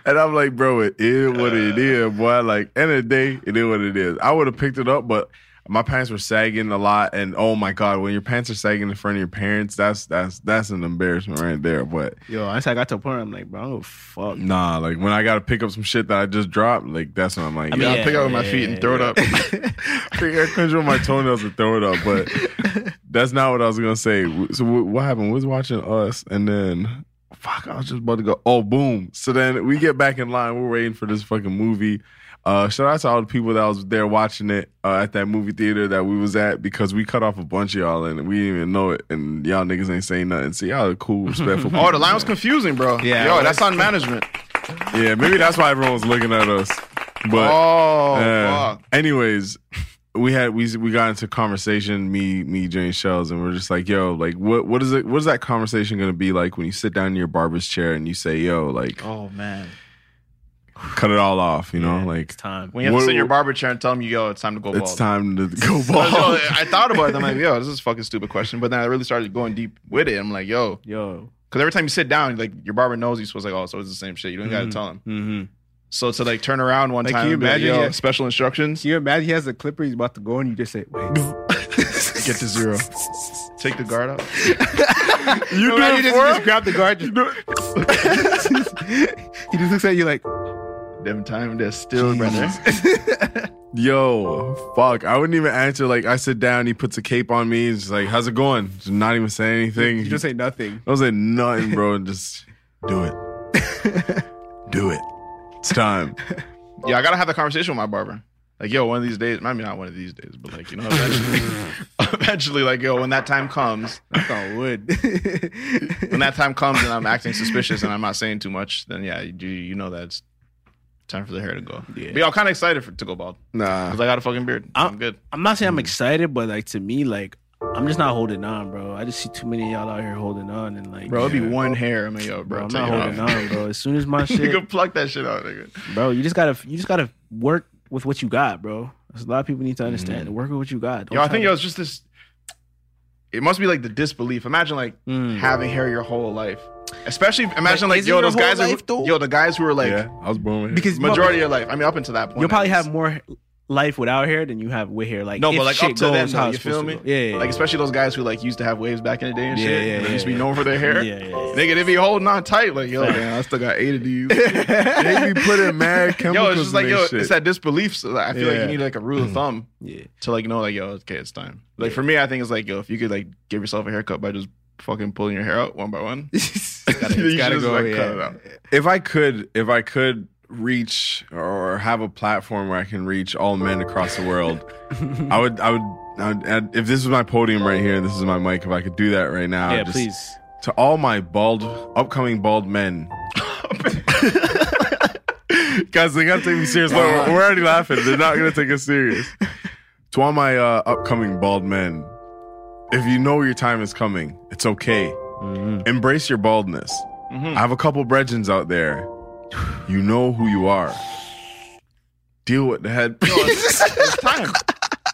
Speaker 6: and I'm like, bro, it is what it is, boy. Like, end of the day, it is what it is. I would have picked it up, but my pants were sagging a lot. And oh my god, when your pants are sagging in front of your parents, that's that's that's an embarrassment right there. But
Speaker 7: Yo, honestly, I got to a point where I'm like, bro, I don't give a fuck.
Speaker 6: nah, like when I gotta pick up some shit that I just dropped, like that's when I'm like,
Speaker 4: Yeah,
Speaker 6: yeah,
Speaker 4: I'll pick it up with my feet and throw it up.
Speaker 6: I figure I control my toenails and throw it up, but that's not what I was gonna say. So wh- what happened? We was watching us, and then fuck, I was just about to go. Oh, boom! So then we get back in line. We're waiting for this fucking movie. Uh, shout out to all the people that was there watching it uh, at that movie theater that we was at because we cut off a bunch of y'all and we didn't even know it, and y'all niggas ain't saying nothing. So y'all are cool, respectful.
Speaker 4: Oh, the
Speaker 6: people,
Speaker 4: line was
Speaker 6: man.
Speaker 4: confusing, bro.
Speaker 7: Yeah,
Speaker 4: Yo,
Speaker 7: it
Speaker 4: that's on management.
Speaker 6: Yeah, maybe that's why everyone was looking at us. But
Speaker 4: oh,
Speaker 6: uh,
Speaker 4: fuck.
Speaker 6: anyways, we had we we got into conversation, me me Jane Shells, and we're just like, yo, like what what is it? What is that conversation gonna be like when you sit down in your barber's chair and you say, yo, like
Speaker 4: Oh, man.
Speaker 6: cut it all off, you know, like
Speaker 7: time.
Speaker 4: When you have to
Speaker 6: What-
Speaker 4: sit in your barber chair and tell him, yo, it's time to go bald.
Speaker 6: it's time to go
Speaker 4: Yo,
Speaker 6: bald.
Speaker 4: I thought about it. I'm like, yo, this is a fucking stupid question. But then I really started going deep with it. I'm like, yo,
Speaker 7: Yo,
Speaker 4: because every time you sit down, like your barber knows he's supposed to like, oh, so it's the same shit. You don't gotta tell him.
Speaker 7: mm-hmm.
Speaker 4: So to like turn around one
Speaker 7: Like,
Speaker 4: time,
Speaker 7: can you
Speaker 4: and be like,
Speaker 7: imagine
Speaker 4: yo,
Speaker 7: you-
Speaker 4: special instructions?
Speaker 7: can you imagine he has a clipper? He's about to go, and you just say, wait.
Speaker 4: Get to zero. Take the guard up.
Speaker 6: you do
Speaker 7: you
Speaker 6: it
Speaker 7: just,
Speaker 6: for
Speaker 7: you
Speaker 6: him?
Speaker 7: just grab the guard. Just, he just looks at you like,
Speaker 4: Them time they're still brother.
Speaker 6: Yo, fuck. I wouldn't even answer. Like, I sit down, he puts a cape on me. He's just like, how's it going? Just not even saying anything.
Speaker 7: you just say nothing.
Speaker 6: I was like, nothing, bro. and Just do it. do it. It's time.
Speaker 4: Yeah, I gotta have that conversation with my barber. like, yo, one of these days, I mean, not one of these days, but like, you know, eventually, eventually like, yo, when that time comes, that's
Speaker 7: on wood.
Speaker 4: when that time comes and I'm acting suspicious and I'm not saying too much, then yeah, you, you know that it's time for the hair to go. But y'all kind of excited for, to go bald.
Speaker 6: Nah.
Speaker 4: Because I got a fucking beard. I'm, good.
Speaker 7: I'm not saying I'm excited, but like to me, like I'm just not holding on, bro. I just see too many of y'all out here holding on and like,
Speaker 4: Bro, it'd be one hair. I'm like, yo, Oh.
Speaker 7: bro,
Speaker 4: bro,
Speaker 7: I'm
Speaker 4: take
Speaker 7: not
Speaker 4: it
Speaker 7: holding
Speaker 4: off.
Speaker 7: on, bro. As soon as my
Speaker 4: you
Speaker 7: shit,
Speaker 4: can pluck that shit out, nigga.
Speaker 7: bro, you just gotta, you just gotta work with what you got, bro. That's a lot of people need to understand. Work with what you got. Don't
Speaker 4: Mm-hmm. Yo, I
Speaker 7: try
Speaker 4: think
Speaker 7: to-
Speaker 4: yo, it's just this. It must be like the disbelief. Imagine like having hair your whole life, especially imagine
Speaker 7: Hmm. Like,
Speaker 4: like,
Speaker 7: is it
Speaker 4: yo
Speaker 7: your
Speaker 4: those
Speaker 7: whole
Speaker 4: guys
Speaker 7: life,
Speaker 4: are yo the guys who are like
Speaker 6: yeah, I was born with
Speaker 4: because majority of your life. I mean, up until that point,
Speaker 7: You'll probably
Speaker 4: at
Speaker 7: have more life without hair than you have with hair. Like
Speaker 4: least. no,
Speaker 7: if
Speaker 4: but like
Speaker 7: shit
Speaker 4: up to then,
Speaker 7: goes how
Speaker 4: though, you
Speaker 7: it's
Speaker 4: feel
Speaker 7: supposed
Speaker 4: me?
Speaker 7: to go. Yeah, yeah,
Speaker 4: like
Speaker 7: yeah.
Speaker 4: especially those guys who like used to have waves back in the day and
Speaker 7: Yeah,
Speaker 4: shit.
Speaker 7: yeah,
Speaker 4: and they
Speaker 7: yeah,
Speaker 4: used to be
Speaker 7: yeah.
Speaker 4: known for their hair.
Speaker 7: Yeah, yeah,
Speaker 4: Nigga, they be holding on tight like yo.
Speaker 6: Like,
Speaker 4: man,
Speaker 6: man, I still got eight of these. they be putting mad chemicals.
Speaker 4: Yo, it's just like
Speaker 6: in
Speaker 4: yo,
Speaker 6: their shit.
Speaker 4: it's that disbelief. So like, I feel like
Speaker 6: Yeah.
Speaker 4: you need like a rule
Speaker 7: Hmm.
Speaker 4: of thumb
Speaker 7: yeah.
Speaker 4: to like know like yo, okay, it's time. Like for me, I think it's like yo, if you could like give yourself a haircut by just fucking pulling your hair out one by one, it's gotta,
Speaker 6: You
Speaker 4: it's gotta
Speaker 6: just,
Speaker 4: go.
Speaker 6: like,
Speaker 4: yeah.
Speaker 6: cut it out. If I could, if I could reach or have a platform where I can reach all men across the world, I would. I would. I would and if this was my podium right here, this is my mic. If I could do that right now,
Speaker 7: Yeah,
Speaker 6: I'd just-
Speaker 7: please.
Speaker 6: To all my bald, upcoming bald men. Guys, they gotta take me serious. Look, we're we're already laughing. They're not gonna take us serious. To all my uh, upcoming bald men, if you know your time is coming, it's okay.
Speaker 4: Mm-hmm.
Speaker 6: Embrace your baldness. I have a couple brethrens out there. You know who you are. Deal with the head.
Speaker 4: it's time.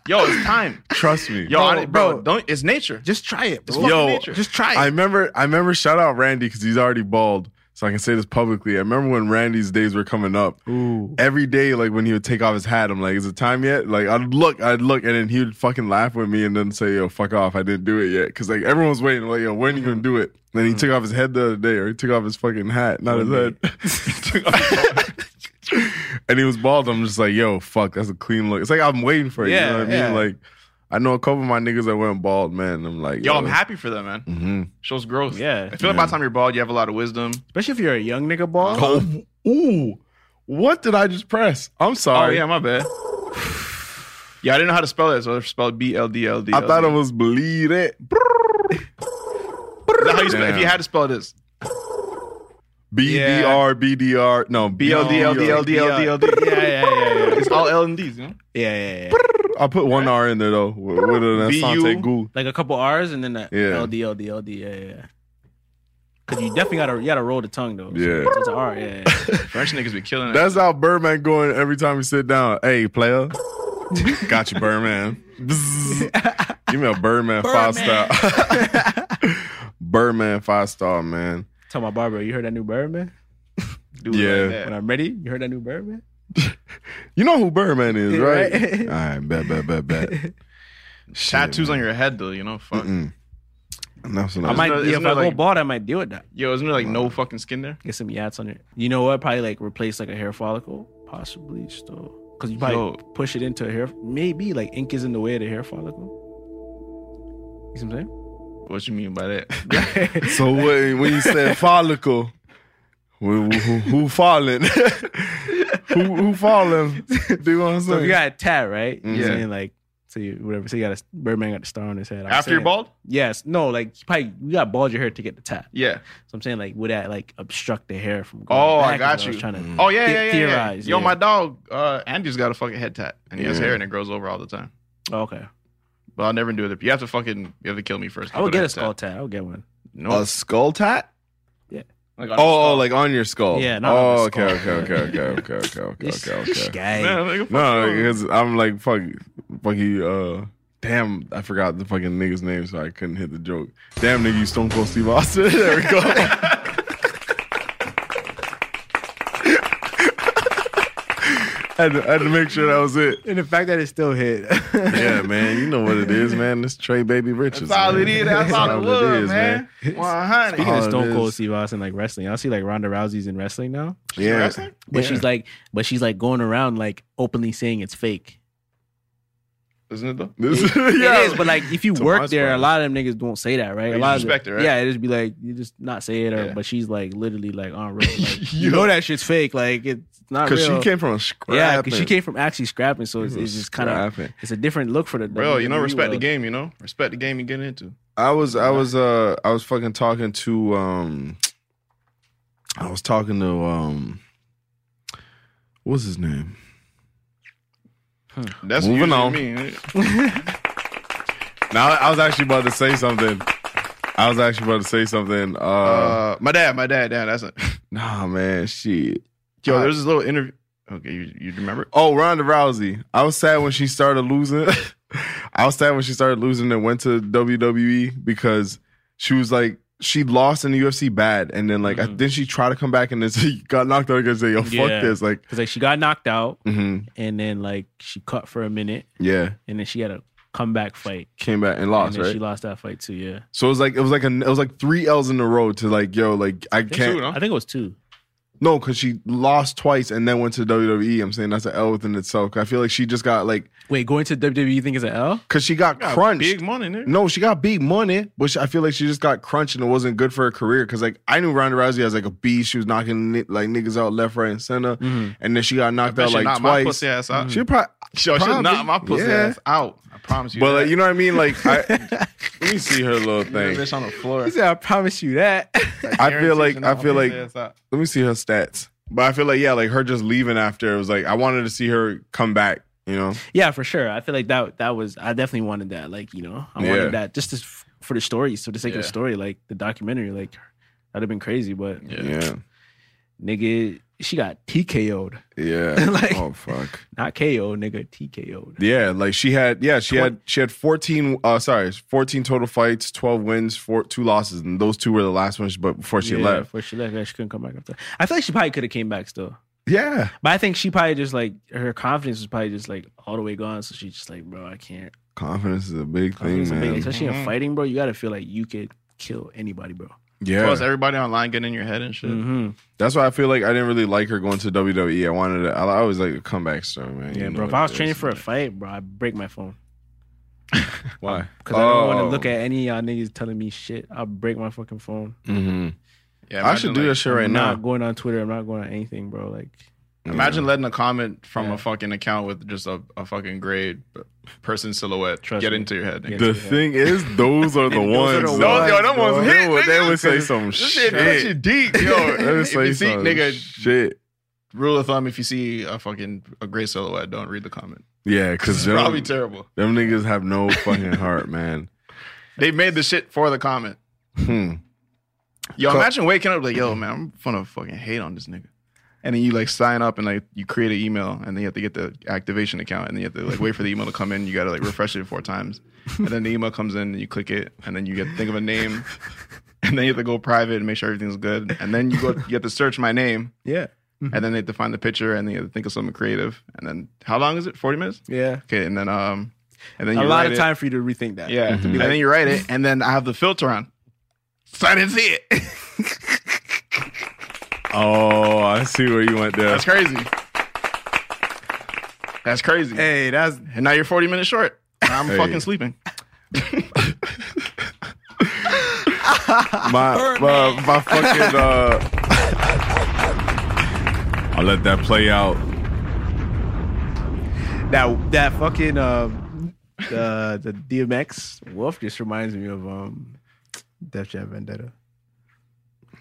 Speaker 4: Yo, it's time.
Speaker 6: Trust me.
Speaker 4: Yo, I- bro, don't. It's nature.
Speaker 7: Just try it, bro.
Speaker 4: fucking
Speaker 6: Yo,
Speaker 4: nature.
Speaker 7: Just try it.
Speaker 6: I remember. I remember. Shout out Randy because he's already bald, so I can say this publicly. I remember when Randy's days were coming up.
Speaker 7: Ooh.
Speaker 6: Every day, like when he would take off his hat, I'm like, "Is it time yet?" Like I'd look, I'd look, and then he would fucking laugh with me, and then say, "Yo, fuck off! I didn't do it yet." Because like everyone was waiting, like, "Yo, when you gonna do it?" Then
Speaker 7: Mm.
Speaker 6: he took off his head the other day, or he took off his fucking hat, not his head. He took off his hat. and he was bald. I'm just like, "Yo, fuck, that's a clean look." It's like I'm waiting for it.
Speaker 7: Yeah,
Speaker 6: you know what I
Speaker 7: yeah.
Speaker 6: mean? Like. I know a couple of my niggas that went bald, man. I'm like,
Speaker 4: Yo, I'm happy for them, man.
Speaker 6: hmm
Speaker 4: Shows growth.
Speaker 7: Yeah.
Speaker 4: I feel like by the time you're bald, you have a lot of wisdom.
Speaker 7: especially if you're a young nigga ball.
Speaker 6: Oh, ooh, what did I just press? I'm
Speaker 4: Oh
Speaker 6: sorry.
Speaker 4: yeah, my bad. Yeah, I didn't know how to spell it, so I spelled B L D L D.
Speaker 6: I thought it was bleed it.
Speaker 4: Is that how you spell, if
Speaker 6: Damn.
Speaker 4: you had to spell this.
Speaker 6: B D R B D R. No,
Speaker 4: B L D L D L D L D L D.
Speaker 7: Yeah, yeah, yeah, yeah, yeah.
Speaker 4: It's all L and D's, you know?
Speaker 7: yeah, yeah, yeah.
Speaker 6: I put one R in there though. With with an
Speaker 4: B U.
Speaker 6: Asante goo.
Speaker 7: Like a couple R's and then that
Speaker 6: Yeah.
Speaker 7: LD, LD, LD, yeah, yeah, yeah. Cause you definitely gotta you gotta roll the tongue though. So
Speaker 6: Yeah.
Speaker 7: it's- it's an R, yeah, yeah.
Speaker 4: French niggas be killing it.
Speaker 6: That's how Birdman going every time we sit down. Hey, player. Got you, Birdman. Bzzz. Give me a Birdman five
Speaker 5: Birdman.
Speaker 6: star. Birdman five star, man.
Speaker 7: Tell my barber, you heard that new Birdman?
Speaker 4: Dude, like
Speaker 6: yeah.
Speaker 4: that.
Speaker 7: When I'm ready, you heard that new Birdman?
Speaker 6: You know who Birdman is,
Speaker 7: Yeah,
Speaker 6: right?
Speaker 7: right.
Speaker 6: All right, bet, bet, bet, bet. Shit,
Speaker 4: Tattoos
Speaker 6: man.
Speaker 4: on your head though, you know? Fuck.
Speaker 6: Mm-mm. Enough
Speaker 7: I might
Speaker 4: there-
Speaker 7: yeah, if
Speaker 4: isn't there,
Speaker 7: I go
Speaker 4: like-
Speaker 7: bald, I might deal with that.
Speaker 4: Yo, isn't there like no fucking skin there?
Speaker 7: Get some yats on it. You know what? Probably like replace like a hair follicle, possibly still. Cause you probably
Speaker 4: Yo.
Speaker 7: push it into a hair. Maybe like ink is in the way of the hair follicle. You see what I'm saying?
Speaker 4: What you mean by that?
Speaker 6: So when, when you said follicle, who, who, who falling? who, who falling? Do you know what I'm saying?
Speaker 7: So if you got a tat, right? You know what
Speaker 4: Yeah.
Speaker 7: I'm saying? Like, so you, whatever. So you got a Birdman got the star on his head. I'm
Speaker 4: After you're
Speaker 7: saying-
Speaker 4: bald?
Speaker 7: Yes. No, like, you probably, you got to bald your hair to get the tat.
Speaker 4: Yeah.
Speaker 7: So I'm saying, like, would that, like, obstruct the hair from going
Speaker 4: Oh,
Speaker 7: back?
Speaker 4: I
Speaker 7: is
Speaker 4: got
Speaker 7: what
Speaker 4: you.
Speaker 7: was trying to
Speaker 4: oh yeah,
Speaker 7: the-
Speaker 4: yeah, yeah,
Speaker 7: theorize.
Speaker 4: yeah. Yo,
Speaker 7: yeah.
Speaker 4: my dog uh, Andy's got a fucking head tat, and he has
Speaker 6: Yeah.
Speaker 4: hair and it grows over all the time.
Speaker 7: Oh, okay.
Speaker 4: But I'll never do it. You have to fucking you have to kill me first.
Speaker 7: I would get a
Speaker 4: head
Speaker 7: skull tat. I would get one.
Speaker 4: No,
Speaker 6: a skull tat?
Speaker 4: like, on a
Speaker 6: Oh, oh,
Speaker 4: skull.
Speaker 6: like on your skull.
Speaker 7: Yeah, not
Speaker 6: oh,
Speaker 7: on the
Speaker 6: okay, okay,
Speaker 7: skull.
Speaker 6: okay, okay, okay, okay, okay,
Speaker 7: This,
Speaker 6: okay,
Speaker 7: this
Speaker 6: okay.
Speaker 7: guy.
Speaker 4: Man, nigga, fuck
Speaker 6: No,
Speaker 4: you.
Speaker 6: because I'm like fuck, fucking uh, damn, I forgot the fucking nigga's name, so I couldn't hit the joke. Damn, nigga, you Stone Cold Steve Austin. there we go. had, to, had to make sure that was it.
Speaker 7: And the fact that it still hit.
Speaker 6: Yeah, man, you know what it is, man. This Trey Baby Richards.
Speaker 4: That's all
Speaker 6: man.
Speaker 4: it is. That's all it was, man. One hundred.
Speaker 7: Speaking
Speaker 6: Oh,
Speaker 7: of
Speaker 6: it
Speaker 7: Stone Cold
Speaker 6: is.
Speaker 7: Steve Austin, like wrestling, I see like Ronda Rousey's in wrestling now,
Speaker 6: Yeah,
Speaker 4: Wrestling?
Speaker 7: but
Speaker 6: Yeah.
Speaker 7: she's like, but she's like going around like openly saying it's fake.
Speaker 4: isn't it though?
Speaker 7: It- it is, but like if you
Speaker 4: To my
Speaker 7: work there, a
Speaker 4: surprise.
Speaker 7: lot of them niggas don't say that, right?
Speaker 4: Like,
Speaker 7: a
Speaker 4: you
Speaker 7: lot
Speaker 4: respect
Speaker 7: of,
Speaker 4: it, right?
Speaker 7: Yeah, it just be like you just not say it, or but she's like literally like on real. Like, you
Speaker 4: Yo.
Speaker 7: know that shit's fake, like it's not
Speaker 6: Because she
Speaker 7: real.
Speaker 6: came from a
Speaker 7: Yeah, because she
Speaker 6: scrapping.
Speaker 7: came from actually scrapping, so it's,
Speaker 6: From
Speaker 7: it's just kind of
Speaker 6: scrapping.
Speaker 7: it's a different look for the
Speaker 4: Bro, you know,
Speaker 7: WWE
Speaker 4: respect the
Speaker 7: world.
Speaker 4: game. You know, respect the game you get into.
Speaker 6: I was I was uh I was fucking talking to um I was talking to um what's his name?
Speaker 4: That's
Speaker 6: Moving
Speaker 4: usually
Speaker 6: on.
Speaker 4: me.
Speaker 6: Now I was actually about to say something. I was actually about to say something. Uh,
Speaker 4: Uh, my dad, my dad, dad. That's it.
Speaker 6: nah, man, shit.
Speaker 4: Yo, there's this little interview. Okay, you you remember? it?
Speaker 6: Oh, Ronda Rousey. I was sad when she started losing. I was sad when she started losing and went to WWE because she was like she lost in the UFC bad, and then like I- then she tried to come back and then she got knocked out again. and Say yo, fuck
Speaker 7: Mm-hmm. Yeah.
Speaker 6: this, like
Speaker 7: Cause like she got knocked out,
Speaker 6: mhm.
Speaker 7: and then like she cut for a minute,
Speaker 6: yeah,
Speaker 7: and then she had a comeback fight,
Speaker 6: came back and
Speaker 7: and
Speaker 6: lost,
Speaker 7: then
Speaker 6: right?
Speaker 7: she lost that fight too. Yeah,
Speaker 6: so it was like it was like a, it was like three L's in a row to like yo, like I can't.
Speaker 7: I think it was two.
Speaker 6: No, because she lost twice and then went to WWE. I'm saying that's an L within itself. I feel like she just got like
Speaker 7: Wait, going to WWE, you think is an L?
Speaker 6: because she got,
Speaker 4: Got
Speaker 6: crunched.
Speaker 4: Big money, nigga.
Speaker 6: No, she got big money, but she, I feel like she just got crunched and it wasn't good for her career. Because like I knew Ronda Rousey as like a B. She was knocking ni- like niggas out left, right, and center, and then she got
Speaker 4: Mm-hmm.
Speaker 6: knocked
Speaker 4: bet
Speaker 6: out
Speaker 4: she
Speaker 6: like
Speaker 4: knocked my
Speaker 6: twice.
Speaker 4: pussy ass out.
Speaker 6: She probably,
Speaker 4: Yo, she'll
Speaker 6: probably-
Speaker 4: knock my pussy
Speaker 6: yeah.
Speaker 4: ass out. I promise you.
Speaker 6: But like
Speaker 4: that.
Speaker 6: you know what I mean? Like I, let me see her little thing.
Speaker 4: bitch on the floor.
Speaker 7: He said, "I promise you that."
Speaker 6: I feel like I feel like
Speaker 4: Ass out.
Speaker 6: let me see her stats. But I feel like yeah, like her just leaving after it was like I wanted to see her come back. You know,
Speaker 7: yeah, for sure. I feel like that that was I definitely wanted that. Like you know, I
Speaker 6: Yeah.
Speaker 7: wanted that just to, for the story, so the sake of
Speaker 4: Yeah.
Speaker 7: the story, like the documentary, like that'd have been crazy. But
Speaker 6: yeah,
Speaker 7: nigga, she got TKO'd,
Speaker 6: yeah.
Speaker 7: Like-
Speaker 6: oh fuck.
Speaker 7: not KO, nigga, TKO'd.
Speaker 6: Yeah, like she had yeah, she had she had 14 uh sorry, 14 total fights, 12 wins, four two losses, and those two were the last ones but before she
Speaker 7: Yeah,
Speaker 6: left.
Speaker 7: Before she left, yeah, she couldn't come back after. I feel like she probably could have came back still.
Speaker 6: Yeah.
Speaker 7: But I think she probably just like her confidence was probably just like all the way gone. So she's just like, bro, I can't.
Speaker 6: Confidence is a big thing,
Speaker 7: Confidence is a big-
Speaker 6: man.
Speaker 7: especially in fighting, bro. You gotta feel like you could kill anybody, bro.
Speaker 4: Plus,
Speaker 6: Yeah.
Speaker 4: everybody online getting in your head and shit.
Speaker 7: Mm-hmm.
Speaker 6: That's why I feel like I didn't really like her going to WWE. I wanted to, I always like a comeback story, man.
Speaker 7: Yeah,
Speaker 6: You know
Speaker 7: bro. If
Speaker 6: what
Speaker 7: I
Speaker 6: it
Speaker 7: was
Speaker 6: is.
Speaker 7: training for a fight, bro, I'd break my phone
Speaker 6: why?
Speaker 7: because I don't want to
Speaker 6: Oh.
Speaker 7: look at any of y'all niggas telling me shit. I'll break my fucking phone.
Speaker 6: Mhm.
Speaker 4: Yeah,
Speaker 6: I should do
Speaker 4: like,
Speaker 6: that shit right
Speaker 7: I'm
Speaker 6: now.
Speaker 7: not going on Twitter. I'm not going on anything, bro. Like,
Speaker 4: Imagine letting a comment from
Speaker 7: Yeah.
Speaker 4: a fucking account with just a, a fucking grade person silhouette
Speaker 7: Trust
Speaker 4: get
Speaker 7: me.
Speaker 4: into your head. Nigga.
Speaker 6: The thing is, those are the
Speaker 7: are
Speaker 6: ones.
Speaker 7: the
Speaker 6: though.
Speaker 7: ones, Those-
Speaker 4: yo, them ones
Speaker 6: They
Speaker 4: hit,
Speaker 6: would- They
Speaker 4: nigga.
Speaker 6: would say some
Speaker 4: This
Speaker 6: shit.
Speaker 4: shit, that shit deep, yo.
Speaker 6: They would
Speaker 4: if you
Speaker 6: say
Speaker 4: see,
Speaker 6: some
Speaker 4: nigga,
Speaker 6: shit.
Speaker 4: rule of thumb: if you see a fucking a gray silhouette, don't read the comment.
Speaker 6: Yeah, because
Speaker 4: It's probably terrible.
Speaker 6: Them niggas have no fucking heart, man.
Speaker 4: They made the shit for the comment.
Speaker 6: Hmm.
Speaker 4: Yo,
Speaker 6: Co-
Speaker 4: imagine waking up like, yo, man, I'm gonna fucking hate on this nigga. And then you like sign up and like you create an email and then you have to get the activation account and then you have to like wait for the email to come in. You gotta like refresh it four times. And then the email comes in and you click it and then you get think of a name. And then you have to go private and make sure everything's good. And then you go you have to search my name.
Speaker 7: yeah,
Speaker 4: And then they have to find the picture and then you have to think of something creative. And then how long is it? Forty minutes?
Speaker 7: yeah.
Speaker 4: Okay, and then um and then
Speaker 7: A
Speaker 4: you
Speaker 7: lot
Speaker 4: write
Speaker 7: of
Speaker 4: it.
Speaker 7: time for you to rethink that.
Speaker 4: Yeah. And then you write it, and then I have the filter on. So I didn't see it.
Speaker 6: Oh, I see where you went there.
Speaker 4: That's crazy. That's crazy.
Speaker 7: Hey, that's
Speaker 4: And now you're 40 minutes short. And I'm
Speaker 6: Hey.
Speaker 4: fucking sleeping.
Speaker 6: My, my, my fucking. Uh, I'll let that play out.
Speaker 7: that that fucking um the the DMX Wolf just reminds me of um Def Jam Vendetta.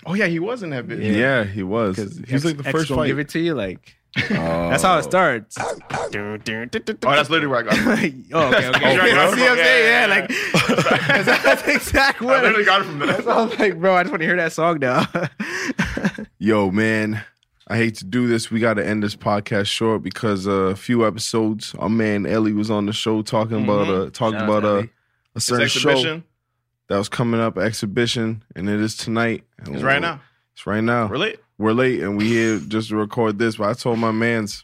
Speaker 4: Oh yeah, he was in that bitch.
Speaker 6: Yeah, he was.
Speaker 7: Because
Speaker 6: He's like the first
Speaker 7: one.
Speaker 6: fight.
Speaker 7: Give it to you like
Speaker 6: Oh.
Speaker 7: that's how it starts.
Speaker 4: Oh, that's literally where I got it.
Speaker 7: Like, oh, okay, okay.
Speaker 4: That's right,
Speaker 7: You
Speaker 4: that's
Speaker 7: see what I'm
Speaker 4: right.
Speaker 7: saying? Yeah,
Speaker 4: Yeah,
Speaker 7: like that's, that's the exact
Speaker 4: I
Speaker 7: what.
Speaker 4: literally got it from
Speaker 7: That's
Speaker 4: that.
Speaker 7: all I was like, bro. I just want to hear that song now.
Speaker 6: Yo, man, I hate to do this. We got to end this podcast short because uh, a few episodes, our man Ellie was on the show talking about uh, talking
Speaker 7: Shout out
Speaker 6: about
Speaker 7: to
Speaker 6: uh,
Speaker 7: Ellie.
Speaker 6: a
Speaker 4: His
Speaker 6: certain show
Speaker 4: exhibition
Speaker 6: that was coming up, exhibition, and it is tonight.
Speaker 4: is right now.
Speaker 6: It's right now.
Speaker 4: Really?
Speaker 6: we're late and we here just to record this. But I told my man's,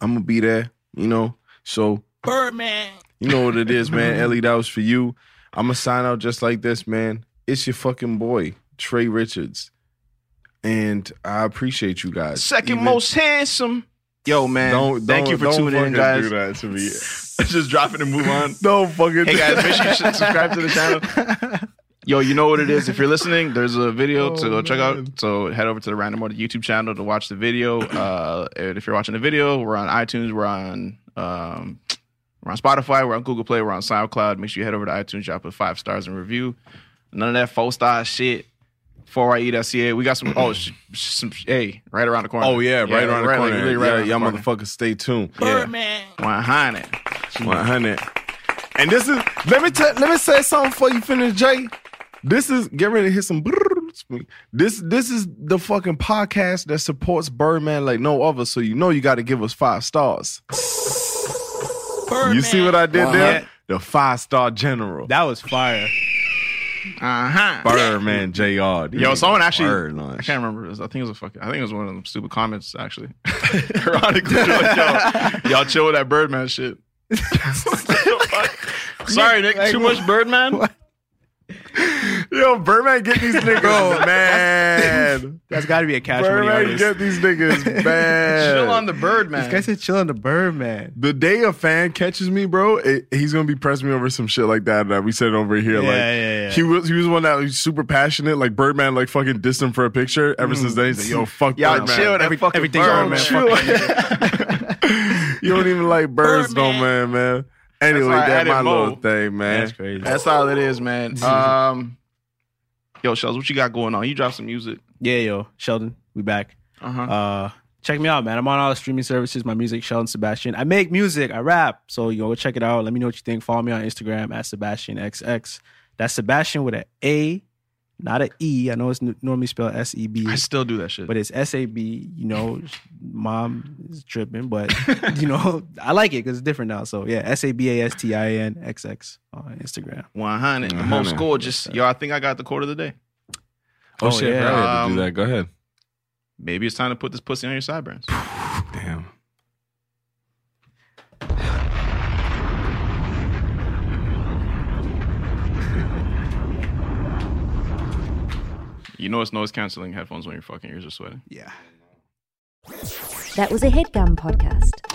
Speaker 6: I'm gonna be there, you know. So
Speaker 5: Birdman.
Speaker 6: you know what it is, man. Ellie, that was for you. I'm gonna sign out just like this, man. It's your fucking boy, Trey Richards, and I appreciate you guys.
Speaker 4: Second
Speaker 6: Even-
Speaker 4: most handsome Yo, man.
Speaker 6: Don't-
Speaker 4: thank you
Speaker 6: don't-
Speaker 4: for
Speaker 6: don't
Speaker 4: tuning in,
Speaker 6: fucking
Speaker 4: guys.
Speaker 6: do that to me.
Speaker 4: Just drop it and move on.
Speaker 6: Don't fucking.
Speaker 4: Hey guys, make sure you should subscribe to the channel. Yo, you know what it is. If you're listening, there's a video to go
Speaker 6: Oh,
Speaker 4: check out. So head over to the Random Order YouTube channel to watch the video. Uh, and if you're watching the video, we're on iTunes, we're on um, we're on Spotify, we're on Google Play, we're on SoundCloud. Make sure you head over to iTunes, drop a five stars and review. None of that four star shit. E 4ye.ca. We got some. Oh, sh- sh- some. Hey, right around the corner.
Speaker 6: Oh yeah, right around the
Speaker 4: like,
Speaker 6: corner.
Speaker 4: literally
Speaker 6: yeah,
Speaker 4: around the
Speaker 6: y'all
Speaker 4: corner.
Speaker 6: motherfuckers, stay tuned.
Speaker 4: Birdman. 100.
Speaker 6: 100. And this is let me tell let me say something for you finish, Jay. This is get ready to hit some. brrrr. This this is the fucking podcast that supports Birdman like no other. So you know you got to give us five stars. You see what I did there? The five star general.
Speaker 7: That was fire.
Speaker 4: Uh huh.
Speaker 6: Birdman Jr.
Speaker 4: Yo, someone actually.
Speaker 6: Bird
Speaker 4: I
Speaker 6: lunch.
Speaker 4: can't remember. It was- I think it was a fucking. I think it was one of them stupid comments. Actually, ironically, they're like, yo, y'all chill with that Birdman shit. Sorry, Nick. too much Birdman.
Speaker 6: Yo, Birdman, get these niggas, man.
Speaker 7: That's got to be a cash money
Speaker 6: Birdman,
Speaker 7: artist.
Speaker 6: get these niggas, man.
Speaker 4: Chill on the Birdman.
Speaker 7: This guy said chill on the bird, man.
Speaker 6: The day a fan catches me, bro, it, he's gonna be pressing me over some shit like that that we said over here.
Speaker 7: Yeah,
Speaker 6: like
Speaker 7: yeah, yeah.
Speaker 6: he was he was one that was super passionate. Like Birdman, like fucking dissed him for a picture. Ever since then, he's like, "Yo, fuck
Speaker 4: Y'all
Speaker 6: Birdman.
Speaker 4: chill with that fucking
Speaker 6: everything's
Speaker 4: Birdman.
Speaker 6: Birdman. you don't even like birds, no man, man. Anyway,
Speaker 4: why I
Speaker 6: that's
Speaker 4: added
Speaker 6: my
Speaker 4: Mo.
Speaker 6: little thing, man.
Speaker 7: That's crazy.
Speaker 4: That's all it is, man. Um, yo, Shells, what you got going on? You drop some music.
Speaker 7: Yeah, yo, Sheldon, we back.
Speaker 4: Uh-huh.
Speaker 7: Uh, check me out, man. I'm on all the streaming services. My music, Sheldon Sebastian. I make music. I rap. So you know, go check it out. Let me know what you think. Follow me on Instagram at Sebastian XX. That's Sebastian with an A, not an E. I know it's n- normally spelled S E B.
Speaker 4: I still do that shit.
Speaker 7: but it's SAB, you know, mom is tripping, but you know, I like it because it's different now. So yeah, S A B A S T I A N X X on Instagram.
Speaker 4: 100. The
Speaker 6: 100.
Speaker 4: most gorgeous. Yo, I think I got the quote of the day.
Speaker 6: Oh,
Speaker 7: Oh,
Speaker 6: shit,
Speaker 7: yeah.
Speaker 6: yeah. I had to
Speaker 4: Um,
Speaker 6: do that. Go ahead.
Speaker 4: Maybe it's time to put this pussy on your sideburns.
Speaker 6: Damn.
Speaker 4: You know it's noise canceling headphones when your fucking ears are sweating.
Speaker 7: Yeah.
Speaker 12: That was a headgum podcast.